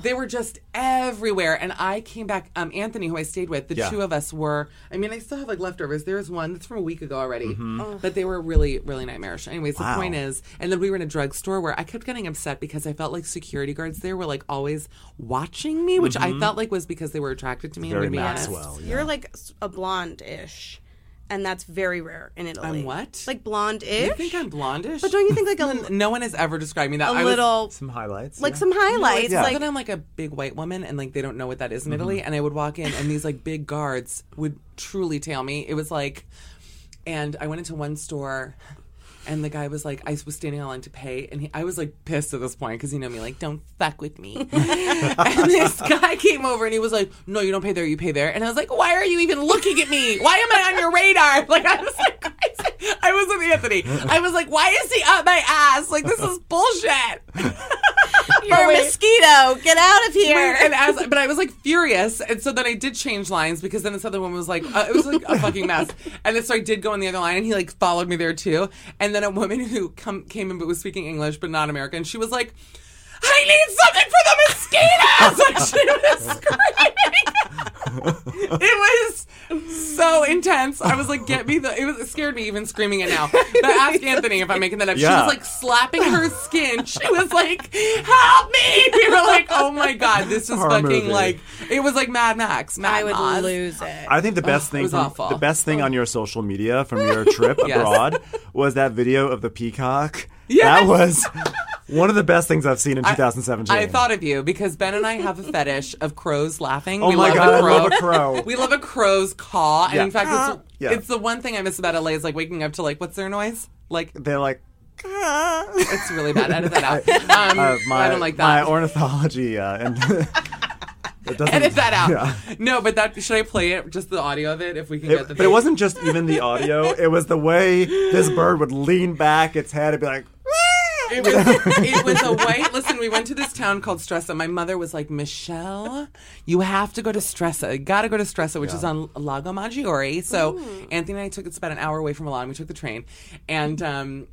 they were just everywhere. And I came back, um, Anthony, who I stayed with, the
Yeah.
two of us were, I mean, I still have like leftovers. There is one that's from a week ago already, but they were really, really nightmarish. Anyways, the point is, and then we were in a drugstore where I kept getting upset because I felt like security guards there were like always watching me, which I felt like was because they were attracted to me.
Very
I'm gonna be
Maxwell.
honest.
You're like s- a blonde ish. And that's very rare in Italy.
I'm what?
Like blonde ish.
You think I'm blondish?
But don't you think like a,
No- no one has ever described me that
a
I was-
little
Some highlights.
like
yeah.
some highlights?
It's
Like
like that I'm like a big white woman and like they don't know what that is in Italy. And I would walk in and these like big guards would truly tail me. It was like, and I went into one store and the guy was like, I was standing online to pay. And he, I was like pissed at this point because you know me, like, don't fuck with me. and this guy came over and he was like, No, you don't pay there, you pay there. And I was like, Why are you even looking at me? Why am I on your radar? Like, I was like, I was with Anthony. I was like, Why is he up my ass? Like, this is bullshit.
You're a
wait.
mosquito. Get out of here.
Wait, and as, but I was like furious, and so then I did change lines because then this other one was like, uh, it was like a fucking mess, and then so I did go on the other line, and he like followed me there too, and then a woman who come came in but was speaking English but not American, she was like. I need something for the mosquitoes! And she was screaming. It was so intense. I was like, get me the. It, was, it scared me even screaming it now. But ask Anthony if I'm making that up. She
Yeah.
was like slapping her skin. She was like, help me. We were like, oh my God, this is
Horror
fucking
movie.
like. It was like Mad Max. Mad
I would
Moz.
lose it.
I think the best
it
thing
was
from,
awful.
the best thing on your social media from your trip
Yes.
abroad was that video of the peacock.
Yes.
That was one of the best things I've seen in 2017.
I thought of you because Ben and I have a fetish of crows laughing.
Oh
we
my
love
God,
a
I
crow.
love a crow.
we love a crow's caw. And
Yeah.
in fact, it's,
Yeah.
it's the one thing I miss about LA is like waking up to like, what's their noise? Like,
they're like
it's really bad. Edit that out. Um,
uh, my
I don't like that.
my ornithology uh, and it doesn't
Edit that out.
Yeah.
No, but that should I play it? Just the audio of it, if we can get the.
It, but it wasn't just even the audio. It was the way this bird would lean back its head and be like,
It was, it was a white. Listen, we went to this town called Stresa. My mother was like, Michelle, you have to go to Stresa. You got to go to Stresa, which is on Lago Maggiore. So
Mm.
Anthony and I took it's about an hour away from Milan. We took the train, and um,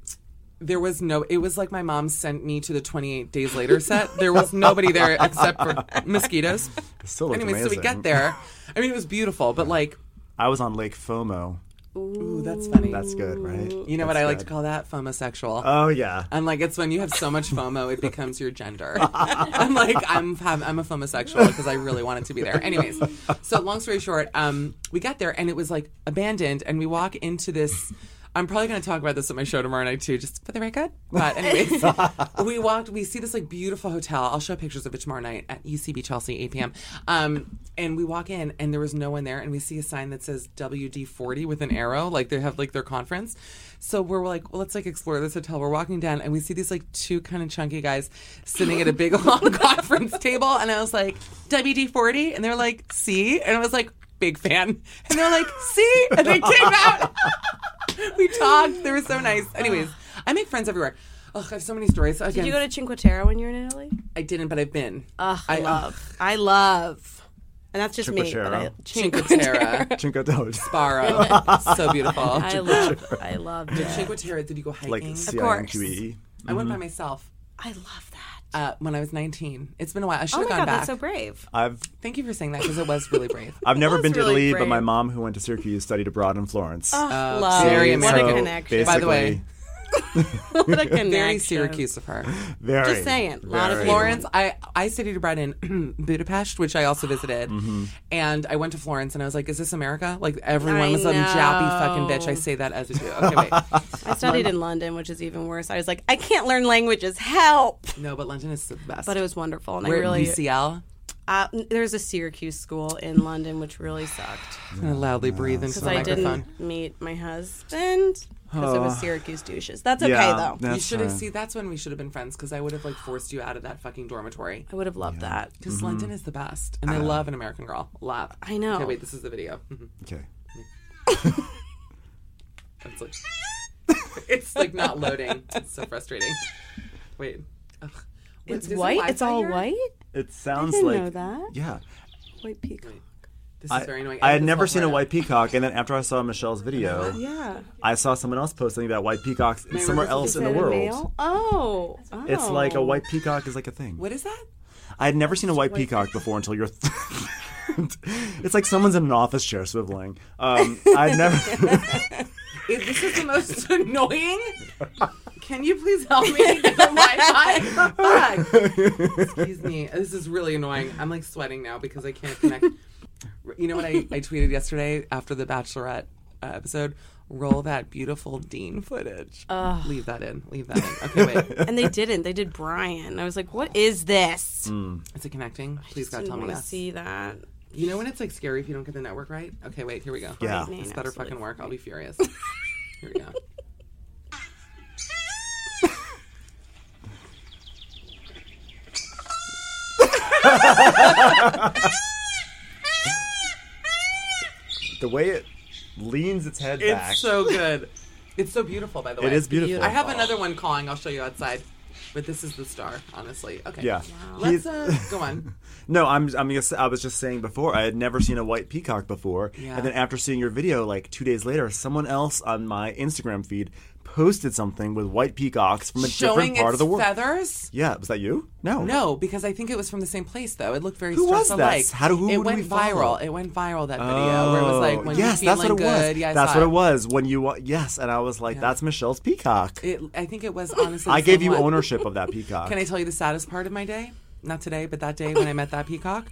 there was no. It was like my mom sent me to the Twenty Eight Days Later set. There was nobody there except for mosquitoes.
still looked
anyway, so we
amazing.
get there. I mean, it was beautiful, but like,
I was on Lake FOMO.
ooh, that's funny.
That's good, right?
you know what I like to call that? Fomosexual.
Oh yeah.
I'm like, it's when you have so much FOMO, it becomes your gender. I'm like, I'm have, I'm a FOMosexual because I really wanted to be there. Anyways, so long story short, um, we got there and it was like abandoned, and we walk into this. I'm probably going to talk about this at my show tomorrow night too, just for the record. But anyways, we walked. We see this like beautiful hotel. I'll show pictures of it tomorrow night at UCB Chelsea, 8 p.m. Um, and we walk in, and there was no one there, and we see a sign that says WD40 with an arrow, like they have like their conference. So we're like, well, let's like explore this hotel. We're walking down, and we see these like two kind of chunky guys sitting at a big long conference table, and I was like, WD40, and they're like, see, and I was like, big fan, and they're like, see, and they came out. we talked. They were so nice. Anyways, I make friends everywhere. Ugh, I have so many stories. Again,
Did you go to Uh, Cinque Terre when you were in Italy?
I didn't, but I've been.
I love. I love. And that's just me.
Terre.
But I,
Cinque Terre.
Cinco Toes.
Barrow. so beautiful.
I love. I loved it.
Cinque Terre, did you go hiking?
Like
course.
CINQE.
I went by myself
I love that.
uh, when I was 19. It's been a while. I should
Oh my
have
god,
gone back.
that's so brave.
I've
Thank you for saying that because it was really brave.
I've never
was
been to
really
Italy, but
brave.
my mom, who went to Syracuse, studied abroad in Florence.
love.
Uh, Oh, very
what a
American.
connection.
By the way,
basically-
what a connection.
Very Syracuse of her.
very.
Just saying. A lot of
very-
Florence, I, I studied abroad in Budapest, which I also visited.
Mm-hmm.
And I went to Florence and I was like, is this America? Like, everyone
I
was some jappy fucking
know.
bitch. I say that as a Jew. Okay, wait.
I studied in London, which is even worse. I was like, I can't learn languages. Help.
no, but London is the best.
But it was wonderful, and
We're
I really.
at UCL.
Uh, there's a Syracuse school in London, which really sucked
I'm going to loudly breathe into the
because I
microphone.
didn't meet my husband because it was Syracuse douches. That's okay
Yeah,
though.
that's
You should have
fine.
see. That's when we should have been friends because I would have like forced you out of that fucking dormitory.
I would have loved that.
Because London is the best, and I love an American girl. Love.
Mm-hmm. Uh-huh. I know.
Okay, wait. This is the video. Mm-hmm.
Okay.
it's like it's like not loading. It's so frustrating. Wait. Ugh. Wait,
It's
there's no
white. It's
Wi-Fi
all
here?
white.
It sounds
I didn't
like.
know that.
Yeah.
White peacock.
This is
I,
very annoying.
I had
just
never
felt
seen a
right
white peacock, and then after I saw Michelle's video,
Yeah.
I saw someone else post something about white peacocks somewhere
remember
else in the
Is that a
world.
male? Oh.
It's
Oh.
like a white peacock is like a thing.
up. What is that?
I had never seen a white peacock before until you're. it's like someone's in an office chair swiveling. Um, I'd never.
Is- this is the most annoying. Can you please help me get the Wi-Fi? Fuck. Excuse me. This is really annoying. I'm like sweating now because I can't connect. You know what I, I tweeted yesterday after the Bachelorette uh, episode? Roll that beautiful Dean footage. Leave that in. Leave that in. Okay, wait.
And they didn't. They did Brian. I was like, what is this?
Mm.
Is it connecting? Please God,
I
tell
didn't
me
want to
yes.
see that.
You know when it's like scary if you don't get the network right? Okay, wait. Here we go.
Yeah.
This better fucking work. I'll be furious. Here we go.
the way it leans its head back.
It's so good. It's so beautiful, by the way.
it is beautiful.
I have another one calling. I'll show you outside. But this is the star, honestly. Okay.
Yeah.
Let's
He's-
uh, go on.
No, I'm. I'm. Just, I was just saying before. I had never seen a white peacock before,
Yeah.
and then after seeing your video, like two days later, someone else on my Instagram feed posted something with white peacocks from a
Showing
different part
its
of the world.
feathers?
Yeah, was that you? No.
No, because I think it was from the same place though. It looked very
Who
stressed
was that?
alike.
How do- who
it
would
went
we follow? Oh,
viral. It went viral that video where it was like when
yes,
you're
that's what
feeling
it was.
good. Yeah, I
that's
saw
what
it.
it was when you wa- yes, and I was like, that's Michelle's peacock.
It, I think it was honestly.
I
the
gave
same
you
one.
ownership of that peacock.
Can I tell you the saddest part of my day? Not today, but that day when I met that peacock.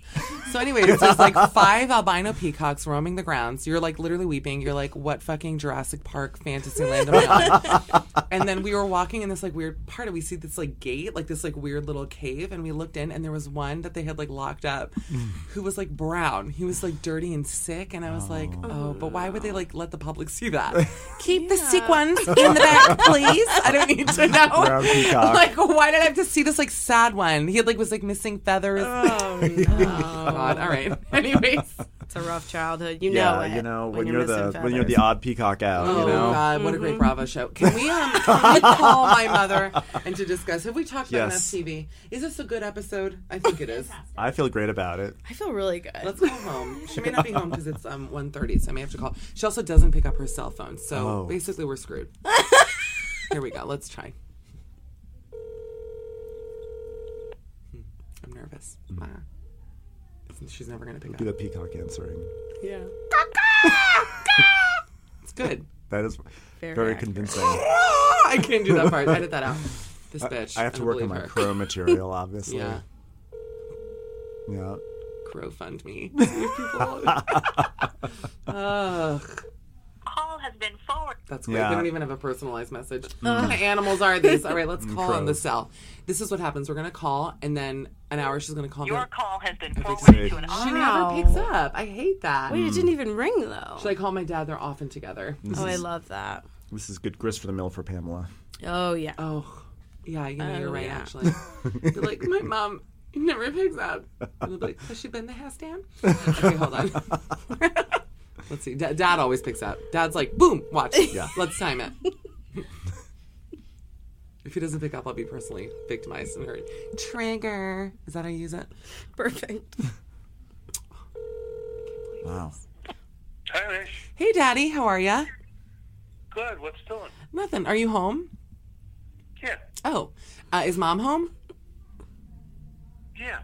So anyway, it's just like five albino peacocks roaming the grounds. You're like literally weeping. You're like, what fucking Jurassic Park Fantasyland am I on? and then we were walking in this like weird part, and we see this like gate, like this like weird little cave, and we looked in, and there was one that they had like locked up, who was like brown. He was like dirty and sick, and I was like, oh, but why would they like let the public see that? Keep the sequins in the back, please. I don't need to know.
Brown peacock.
Like, why did I have to see this like sad one? He had like was like missing feathers. Oh no! God. All right. Anyways.
It's a rough childhood. You know
yeah,
it.
you know when, you're, the
missing
when you're the
feathers.
odd peacock out,
Oh
you know.
God! What a great Bravo show. Can we um can we call my mother and to discuss? Have we talked about
Yes.
enough TV? Is this a good episode? I think it is.
I feel great about it.
I feel really good.
Let's go home. She may not be home because it's um 1.30, so I may have to call. She also doesn't pick up her cell phone, so
Oh.
basically we're screwed. Here we go. Let's try. Hmm. I'm nervous.
Mm.
Ah. She's never gonna pick
Be
up.
the peacock answering.
yeah.
It's good.
That is
Very
very
accurate.
convincing.
I can't do that part. Edit that out. This bitch.
I have to
don't
work on my
believe her.
crow material, obviously.
Yeah.
Yeah.
Crow fund me. Ugh.
call has been forwarded.
That's great.
Yeah. Mm.
We don't even have a personalized message. What kind of animals are these? All right, let's call on the
crows.
cell. This is what happens. We're gonna call, and then an hour she's gonna call. me.
Your call has been
Every
forwarded to an
She
office.
never picks up. I hate that.
Wait, it didn't even ring though.
Should I call my dad? They're often together.
oh, I love that.
This is good grist for the mill for Pamela.
Oh yeah.
Oh, yeah, you know, you're right,
yeah.
actually. You're like, my mom never picks up. And they'll be like, has she been the house down? Okay, hold on. Let's see. Da- Dad always picks up. Dad's like, boom, watch. Yeah. Let's time it. if he doesn't pick up, I'll be personally victimized and hurt. Trigger. Is that how you use it?
Perfect.
Wow.
Hi, Mish.
Hey, Daddy, how are ya?
Good. What's doing?
Nothing. Are you home?
Yeah.
Oh, uh, is Mom home?
Yeah.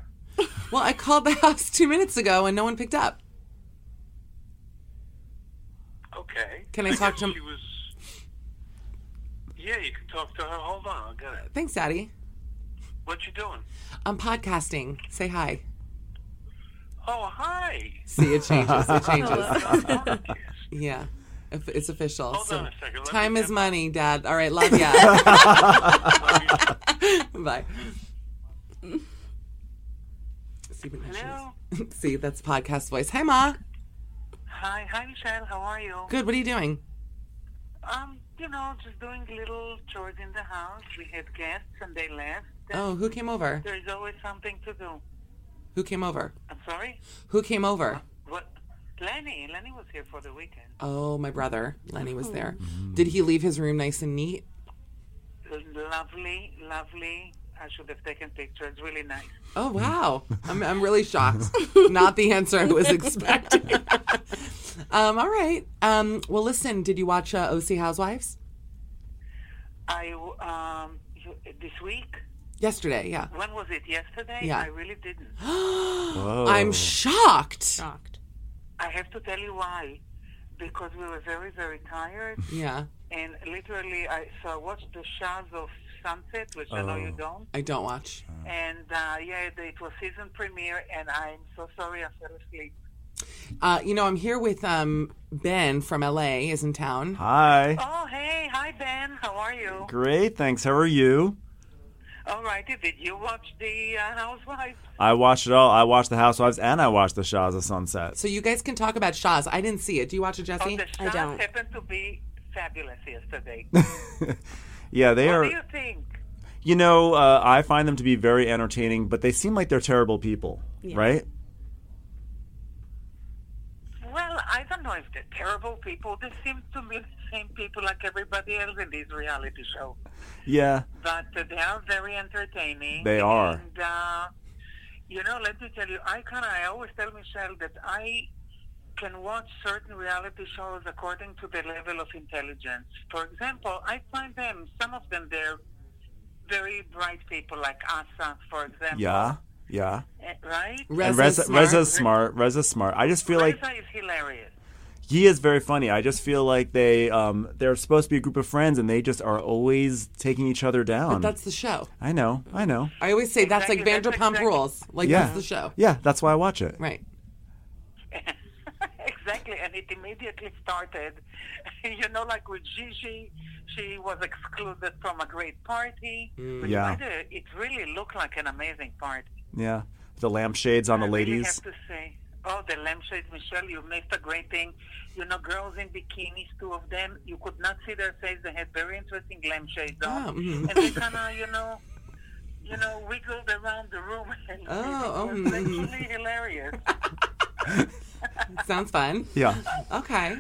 Well, I called the house two minutes ago and no one picked up.
Okay.
Can I talk to him?
She was. Yeah, you can talk to her. Hold on. I got it.
Thanks, Daddy.
What you doing?
I'm podcasting. Say hi.
Oh, hi.
See, it changes. It changes.
Podcast.
yeah. If- It's official.
Hold
so
on a second. Let me
time
get
is
my-
money, Dad. All right, love ya. Bye. See, but now she
Hello.
knows. See, that's podcast voice. Hey, Ma.
Hi, hi, Michelle. How are you?
Good. What are you doing?
Um, you know, just doing little chores in the house. We had guests and they left. And
Oh, who came over?
There's always something to do.
Who came over?
I'm sorry.
Who came over?
What? Lenny. Lenny was here for the weekend.
Oh, my brother Lenny was there.
Mm-hmm.
Did he leave his room nice and neat?
Lovely, lovely. I should have taken pictures. Really nice.
Oh wow, I'm I'm really shocked. Not the answer I was expecting. um, all right. Um, well, listen. Did you watch uh, OC Housewives
I um you, this week.
yesterday? Yeah.
When was it? Yesterday.
Yeah.
I really didn't.
Whoa.
I'm shocked.
Shocked.
I have to tell you why, because we were very very tired,
Yeah,
and literally I so I watched the Shaz of Sunset, which I know you don't,
I don't watch.
and uh, yeah, the- it was season premiere, and I'm so sorry I fell asleep.
Uh, you know, I'm here with um, Ben from LA. Is in town.
Hi.
Oh hey, hi Ben, how are you?
Great. Thanks. How are you?
All righty, did you watch the uh, Housewives?
I watched it all. I watched The Housewives and I watched The Shaws of Sunset.
So you guys can talk about Shaw's. I didn't see it. Do you watch it,
Oh,
Jesse?
the
I don't.
Shaz happened to be fabulous yesterday.
Yeah, they
what
are.
do you think?
You know, uh, I find them to be very entertaining, but they seem like they're terrible people, right?
Well, I don't know if they're terrible people. They seem to me the same people like everybody else in this reality show.
Yeah.
But uh, they are very entertaining.
They are.
And, uh, you know, let me tell you, I kind of, I always tell Michelle that I can watch certain reality shows according to the level of intelligence. For example, I find them, some of them, they're very bright people, like Asa, for example.
Yeah, yeah.
Eh, Right?
And
Reza's
Reza,
smart.
Reza's smart. Reza's smart. I just feel like
Reza is hilarious.
he is very funny. I just feel like they um they're supposed to be a group of friends and they just are always taking each other down.
But that's the show.
I know. I know.
I always say that's like
Exactly, that's
Vanderpump
exactly-
Rules. Like
yeah.
that's the show.
Yeah, that's why I watch it.
Right.
exactly, and it immediately started. You know, like with Gigi, she was excluded from a great party. Which
Mm. Yeah.
by the way, it really looked like an amazing party.
Yeah. The lampshades on the ladies.
I really have to say, oh, the lampshades, Michelle, you missed a great thing. You know, girls in bikinis, two of them, you could not see their face. They had very interesting lampshades on.
Oh, mm.
And they kind of, you know, you know, wiggled around the room. And
Oh,
it
oh,
was
mm.
actually hilarious.
Sounds fun.
Yeah.
Okay.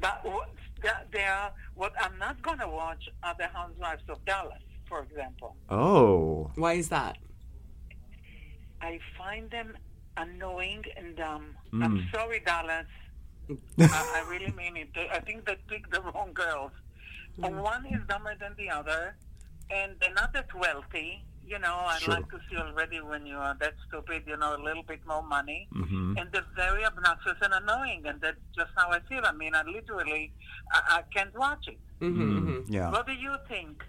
But what, that, they are, what I'm not going to watch are the Housewives of Dallas, for example.
Oh.
Why is that?
I find them annoying and dumb.
Mm.
I'm sorry, Dallas. I, I really mean it. They- I think they picked the wrong girls. One is dumber than the other, and they're not that wealthy. You know, I
Sure.
like to see already when you are that stupid, you know, a little bit more money.
Mm-hmm.
And they're very obnoxious and annoying, and that's just how I feel. I mean, I literally, I, I can't watch it.
Mm-hmm.
Yeah.
What do you think?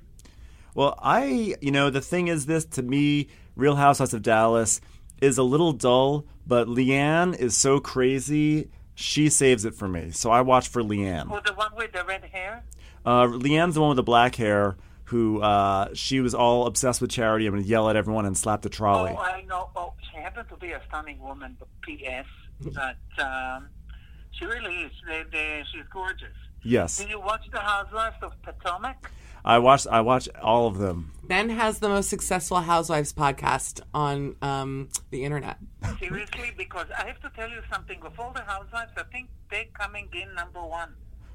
Well, I, you know, the thing is this to me, Real Housewives of Dallas is a little dull, but Leanne is so crazy. She saves it for me. So I watch for Leanne.
Oh, the one with the red hair?
Uh, Leanne's the one with the black hair who uh, she was all obsessed with charity and would yell at everyone and slap the trolley.
Oh, I know. Oh, she happened to be a stunning woman, but P.S. But um, she really is. They, they, she's gorgeous.
Yes.
Do you watch The Housewives of Potomac?
I watch I watch all of them.
Ben has the most successful Housewives podcast on um, the internet.
Seriously, because I have to tell you something. Of all the housewives, I think they're coming in number one.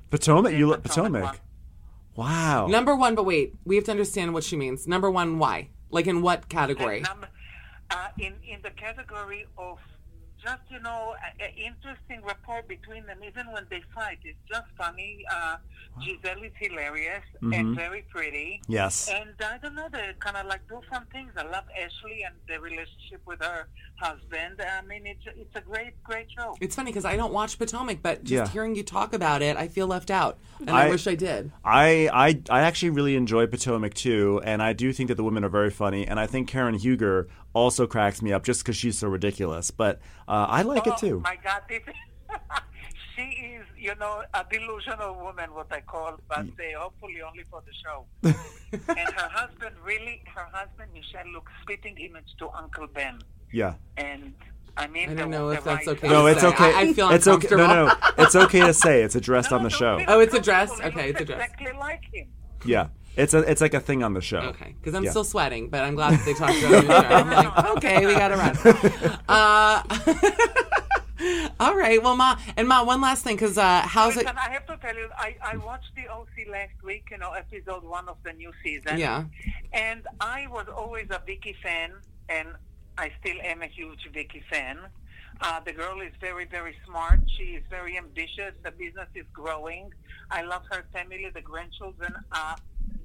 Potomac, you look
Potomac
Potomac. Wow.
Number one, but wait, we have to understand what she means. Number one, why? Like in what category?
Number, uh, in in the category of just you know a, a interesting rapport between them, even when they fight, it's just funny. Uh, Giselle is hilarious and very pretty.
Yes.
And I don't know, they kind of like do some things. I love Ashley and the relationship with her husband. I mean, it's it's a great great show.
It's funny because I don't watch Potomac, but just
Yeah.
hearing you talk about it, I feel left out, and I,
I-
wish I did.
I, I I actually really enjoy Potomac too, and I do think that the women are very funny, and I think Karen Huger also cracks me up just because she's so ridiculous. But uh, I like it
Oh
too.
my God, this she is you know a delusional woman, what I call, but they hopefully only for the show. and her husband really, her husband Michelle looks spitting image to Uncle Ben,
Yeah.
and I mean,
I
the-
don't know if
the
that's
right-
okay.
No,
to
it's
say.
okay.
I, I feel
it's okay. No,
uncomfortable.
no, it's okay to say. It's addressed on the
Don't
show.
feel
Oh, it's a dress?
uncomfortable.
Okay,
He
it's a
looks
dress.
Exactly like him.
Yeah, it's a it's like a thing on the show.
Okay, because I'm
Yeah.
still sweating, but I'm glad that they talked about it. in the show. I'm like, okay, we got to run. Uh, all right, well, Ma, and Ma, one last thing, because uh, how's it?
Listen, I have to tell you, I, I watched the OC last week, you know, episode one of the new season.
Yeah.
And I was always a Vicky fan, and I still am a huge Vicky fan. Uh, the girl is very, very smart. She is very ambitious. The business is growing. I love her family. The grandchildren are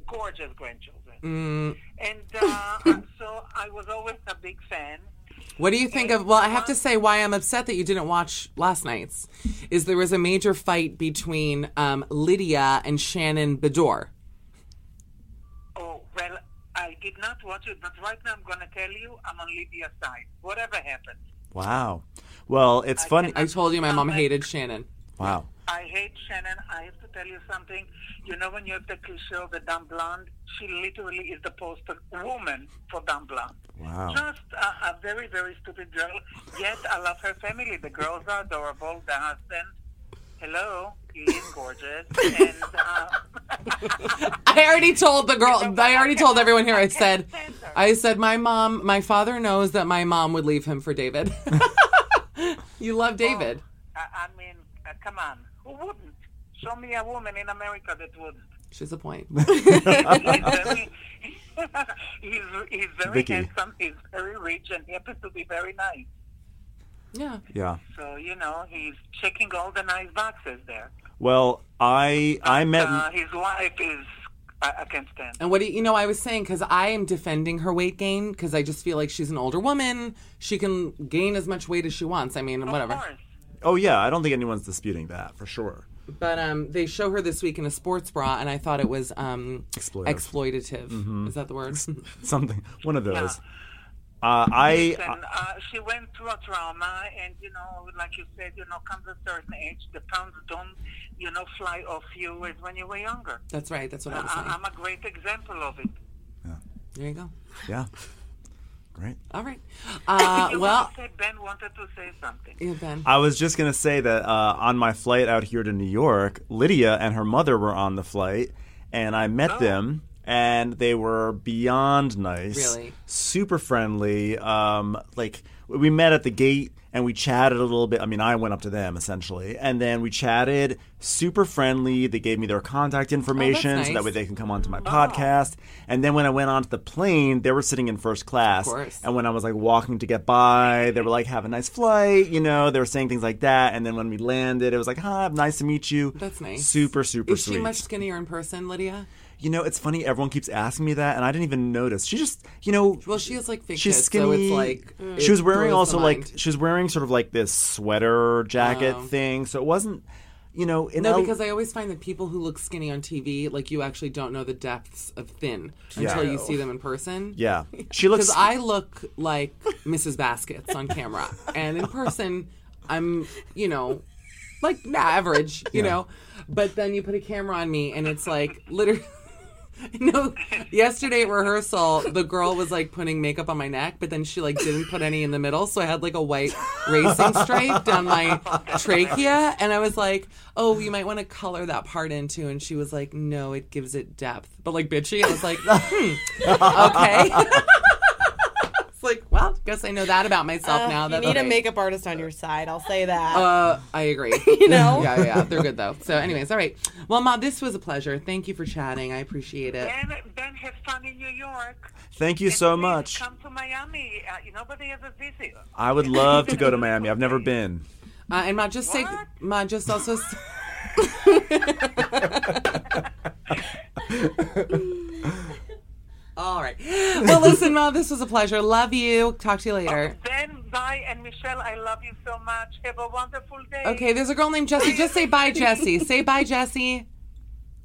gorgeous grandchildren.
Mm.
And uh, so I was always a big fan.
What do you think of? Well, I have to say why I'm upset that you didn't watch last night's. Is there was a major fight between um, Lydia and Shannon Bedore.
Oh, well, I did not watch it, but right now I'm going to tell you I'm on Lydia's side. Whatever happens.
Wow. Well, it's funny.
I told you my mom hated Shannon.
wow.
I hate Shannon. I have to tell you something. You know, when you have the cliche of the dumb blonde, she literally is the poster woman for dumb blonde.
Wow.
Just a, a very, very stupid girl. Yet I love her family. The girls are adorable. The husband, hello, he is gorgeous. And uh,
I already told the girl. I already told everyone here. I said, I said my mom. My father knows that my mom would leave him for David. you love David.
I, I mean, uh, come on. Who wouldn't? Show me a woman in America that wouldn't.
She's a point.
he's very, he's, he's very
Vicky.
handsome. He's very rich, and he happens to be very nice.
Yeah.
Yeah.
So you know, he's checking all the nice boxes there.
Well, I I met
Uh, his wife is I, I can't stand.
And what do you, you know? I was saying because I am defending her weight gain because I just feel like she's an older woman. She can gain as much weight as she wants. I mean, whatever.
Of course.
Oh yeah, I don't think anyone's disputing that for sure.
But um, they show her this week in a sports bra, and I thought it was um, exploitative.
Mm-hmm.
Is that the word?
Something one of those. Uh, I
And uh, she went through a trauma, and you know, like you said, you know, comes a certain age, the pounds don't, you know, fly off you as when you were younger.
That's right. That's what I
Uh-uh.
was saying.
I, I'm a great example of it.
there you go.
yeah, great.
All right. Uh,
You
well,
wanted to say Ben wanted to say something.
yeah, Ben.
I was just gonna say that uh, on my flight out here to New York, Lydia and her mother were on the flight, and I met them, and they were beyond nice,
Really?
super friendly. Um, like we met at the gate and we chatted a little bit. I mean, I went up to them essentially, and then we chatted, super friendly. They gave me their contact information so that
nice.
way they can come onto my
Oh.
podcast. And then when I went onto the plane, they were sitting in first class,
course.
and when I was like walking to get by, they were like, "Have a nice flight," you know. They were saying things like that, and then when we landed, it was like, "Hi, nice to meet you."
That's nice.
Super, super
Is she
sweet.
much skinnier in person, Lydia?
you know, it's funny. Everyone keeps asking me that, and I didn't even notice. She just, you know,
Well, she has like fake
she's
tits,
skinny.
so it's like it
she was wearing
blows
also
the
like
mind. Oh.
she was wearing sort of like this sweater jacket thing, so it wasn't, you know, in
No,
L-
because I always find that people who look skinny on TV, like you actually don't know the depths of thin until you see them in person.
yeah, she looks.
Because I look like Mrs. Baskets on camera, and in person, I'm, you know, like nah, average, you know. But then you put a camera on me, and it's like literally. No, yesterday at rehearsal, the girl was like putting makeup on my neck, but then she like didn't put any in the middle, so I had like a white racing stripe down my trachea, and I was like, "Oh, you might want to color that part into." And she was like, "No, it gives it depth." But like bitchy, I was like, hmm, "Okay." It's like, well, guess I know that about myself now.
Uh, you
That's
need a
great.
makeup artist on your side. I'll say that.
Uh, I agree.
you know?
yeah, yeah, yeah, they're good though. So, anyways, all right. Well, Ma, this was a pleasure. Thank you for chatting. I appreciate it.
Ben, Ben had fun in New York.
thank you
And
so
please
much.
Come to Miami. Uh, nobody ever visits.
I would love to go to Miami. I've never been.
Uh, and Ma, just say,
What?
Ma, just also. s- all right. Well, listen, Ma, this was a pleasure. Love you. Talk to you later.
Ben, bye, and Michelle, I love you so much. Have a wonderful day.
Okay, there's a girl named Jessie. Just say bye, Jessie. Say bye, Jessie.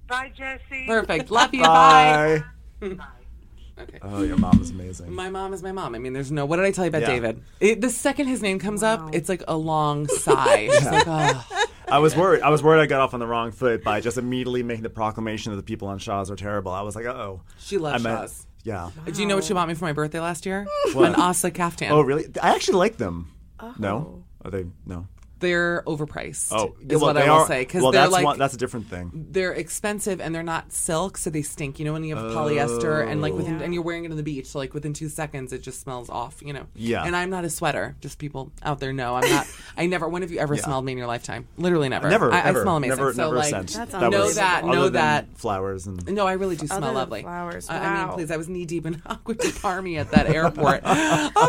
Bye, Jesse.
Perfect. Love you. Bye. Okay.
Oh, your mom is amazing.
My mom is my mom. I mean, there's no. What did I tell you about
Yeah.
David? It, the second his name comes up, it's like a long sigh. It's like, oh.
I was worried. I was worried I got off on the wrong foot by just immediately making the proclamation that the people on Shaw's are terrible. I was like, uh oh.
She loves
I meant-
Shaw's.
Yeah.
Do you know what she bought me for my birthday last year? An Asa caftan.
Oh, really? I actually like them.
Oh.
No? Are they? No.
They're overpriced.
Oh,
is
well,
what
they
I will
are-
say because
well,
they're
that's
like
one, that's a different thing.
they're expensive and they're not silk, so they stink. You know when you have polyester and like within and you're wearing it on the beach, so like within two seconds it just smells off. You know.
Yeah.
And I'm not a sweater. Just people out there know I'm not. I never. When have you ever smelled me in your lifetime? Literally never.
Never,
I,
ever,
I smell amazing.
Never,
so
never
like,
a scent.
That's
that was-
know that.
other
Know
than
that.
Flowers and
No, I really do smell
than
lovely.
flowers,
I- I mean,
wow.
please, I was knee deep in aqua di parmi at that airport.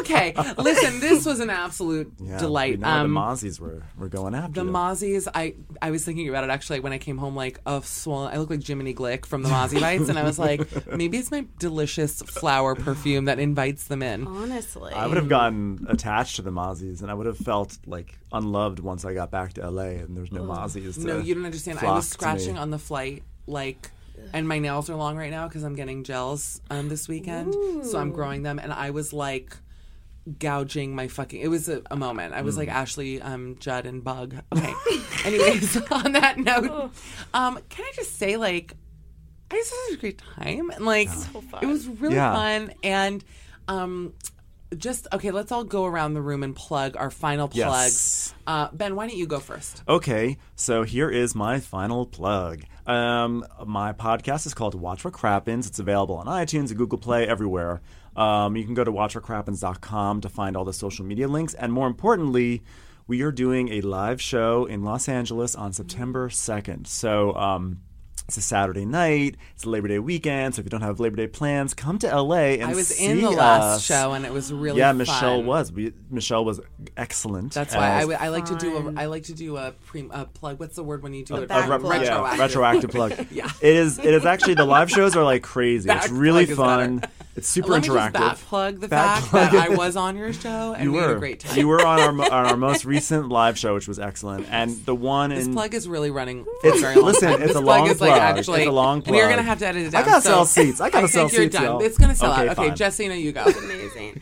okay, listen, this was an absolute
yeah,
delight. um,
We know the Mozzies were, were going after
the
you.
Mozzies, I, I was thinking about it actually when I came home, like, oh, swollen. I look like Jiminy Glick from the Mozzie Bites, and I was like, maybe it's my delicious flower perfume that invites them
Oh,
in.
Honestly.
Uh,
I would have gotten attached to the Mozzies, and I would have felt like unloved once I got back to LA, and there's no Mozzies. To
No, you don't understand. I
flock
was
to me.
scratching on the flight, like, and my nails are long right now because I'm getting gels um, this weekend, so I'm growing them, and I was like gouging my fucking. It was a, a moment. I was like
Mm.
Ashley, um, Judd, and Bug. Okay. Anyways, on that note, um, can I just say like. I just had a great time and like it was really
Yeah.
fun and um just okay let's all go around the room and plug our final
Yes.
plugs uh ben why don't you go first
Okay, so here is my final plug. Um, my podcast is called Watch What Crappens. It's available on iTunes, Google Play, everywhere. Um, you can go to watchwhatcrappens.com to find all the social media links. And more importantly, we are doing a live show in Los Angeles on September 2nd. So um, It's a Saturday night. It's Labor Day weekend. So if you don't have Labor Day plans, come to LA and
I was
see
in the last
us.
show and it was really
yeah,
fun.
Michelle was. We, Michelle was excellent.
That's why I,
as
w- I like to do a I like to do a pre a plug. What's the word when you do it?
a
back
rep-
plug.
yeah,
retroactive.
retroactive plug. yeah. It is. It is actually the live shows are like crazy.
Back
it's really
plug is
fun.
better.
It's super
Let me just
interactive.
back plug the
Back
fact
plug.
that I was on your show and
you
we
were
had a great time.
You were on our mo- on our most recent live show, which was excellent, and the one
This
in
plug is really running. for
It's-
a very long
listen,
time.
it's
this
a long
plug. Is like
plug.
actually,
It's a long
We're
plug.
gonna have to edit it
I
down.
gotta
so
sell seats. I gotta
think
sell
you're
seats,
Done.
y'all.
It's gonna sell
Okay,
out. Okay,
fine.
Jessina, you go.
amazing.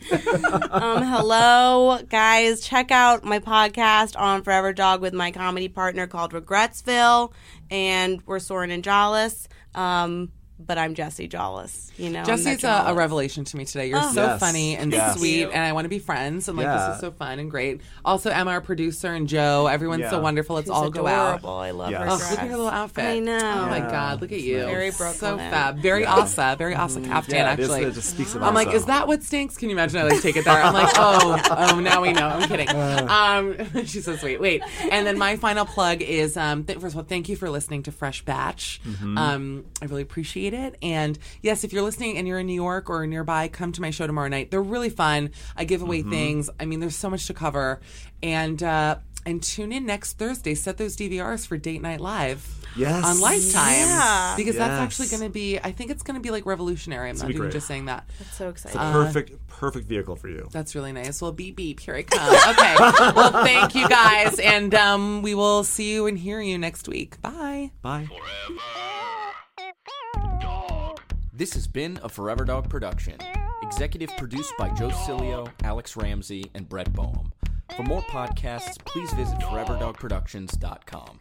um, hello, guys. Check out my podcast on Forever Dog with my comedy partner called Regretsville, and we're Soren and Jollis. Um, but I'm Jesse Jollis. You know, I'm not
Jesse's a, a
Jollis.
revelation to me today. You're so
Yes.
funny and
Yes.
sweet,
Oh. you.
and I want to be friends. And like,
Yeah.
this is so fun and great. Also, Emma, our producer, and Joe. Everyone's so
Yeah.
wonderful. Let's
She's
all go out.
adorable. I love
Yeah.
her.
Oh,
Oh,
dress.
look at her little outfit.
I know.
Oh my God, look at you.
Very
So
Brooklyn. Mm-hmm.
fab. Very Asa. Very Asa Kaftan,
Yeah, it is-
actually.
it just speaks of
I'm like,
Asa.
is that what stinks? Can you imagine? I like take it there. I'm like, oh, oh, now we know. I'm kidding.
Uh.
Um, she's so sweet. Wait, and then my final plug is um, th- first of all, thank you for listening to Fresh Batch.
Mm-hmm.
Um, I really appreciate it. And yes, if you're listening and you're in New York or nearby, come to my show tomorrow night. They're really fun. I give away
Mm-hmm.
things. I mean, there's so much to cover, and. Uh, and tune in next Thursday. Set those DVRs for Date Night Live
Yes.
on Lifetime because that's
Yes.
actually going to be. I think it's going to be like revolutionary. I'm not even
great.
just saying that.
So excited.
the perfect perfect vehicle for you.
That's really nice. Well, beep beep, here it comes. Okay. well, thank you guys, and um, we will see you and hear you next week. Bye.
Bye.
This has been a Forever Dog production. Executive produced by Joe Cilio, Alex Ramsey, and Brett Boehm. For more podcasts, please visit foreverdogproductions.com.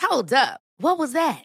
Hold up. What was that?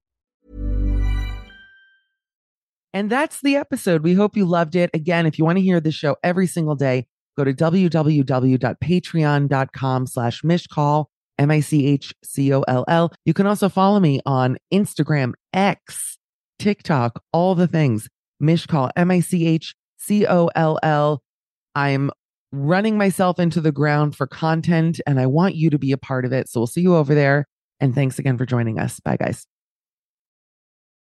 And that's the episode. We hope you loved it. Again, if you want to hear this show every single day, go to www.patreon.com slash mishcall, M-I-C-H-C-O-L-L. You can also follow me on Instagram, X, TikTok, all the things. Mishcall, M-I-C-H-C-O-L-L. I'm running myself into the ground for content and I want you to be a part of it. So we'll see you over there. And thanks again for joining us. Bye, guys.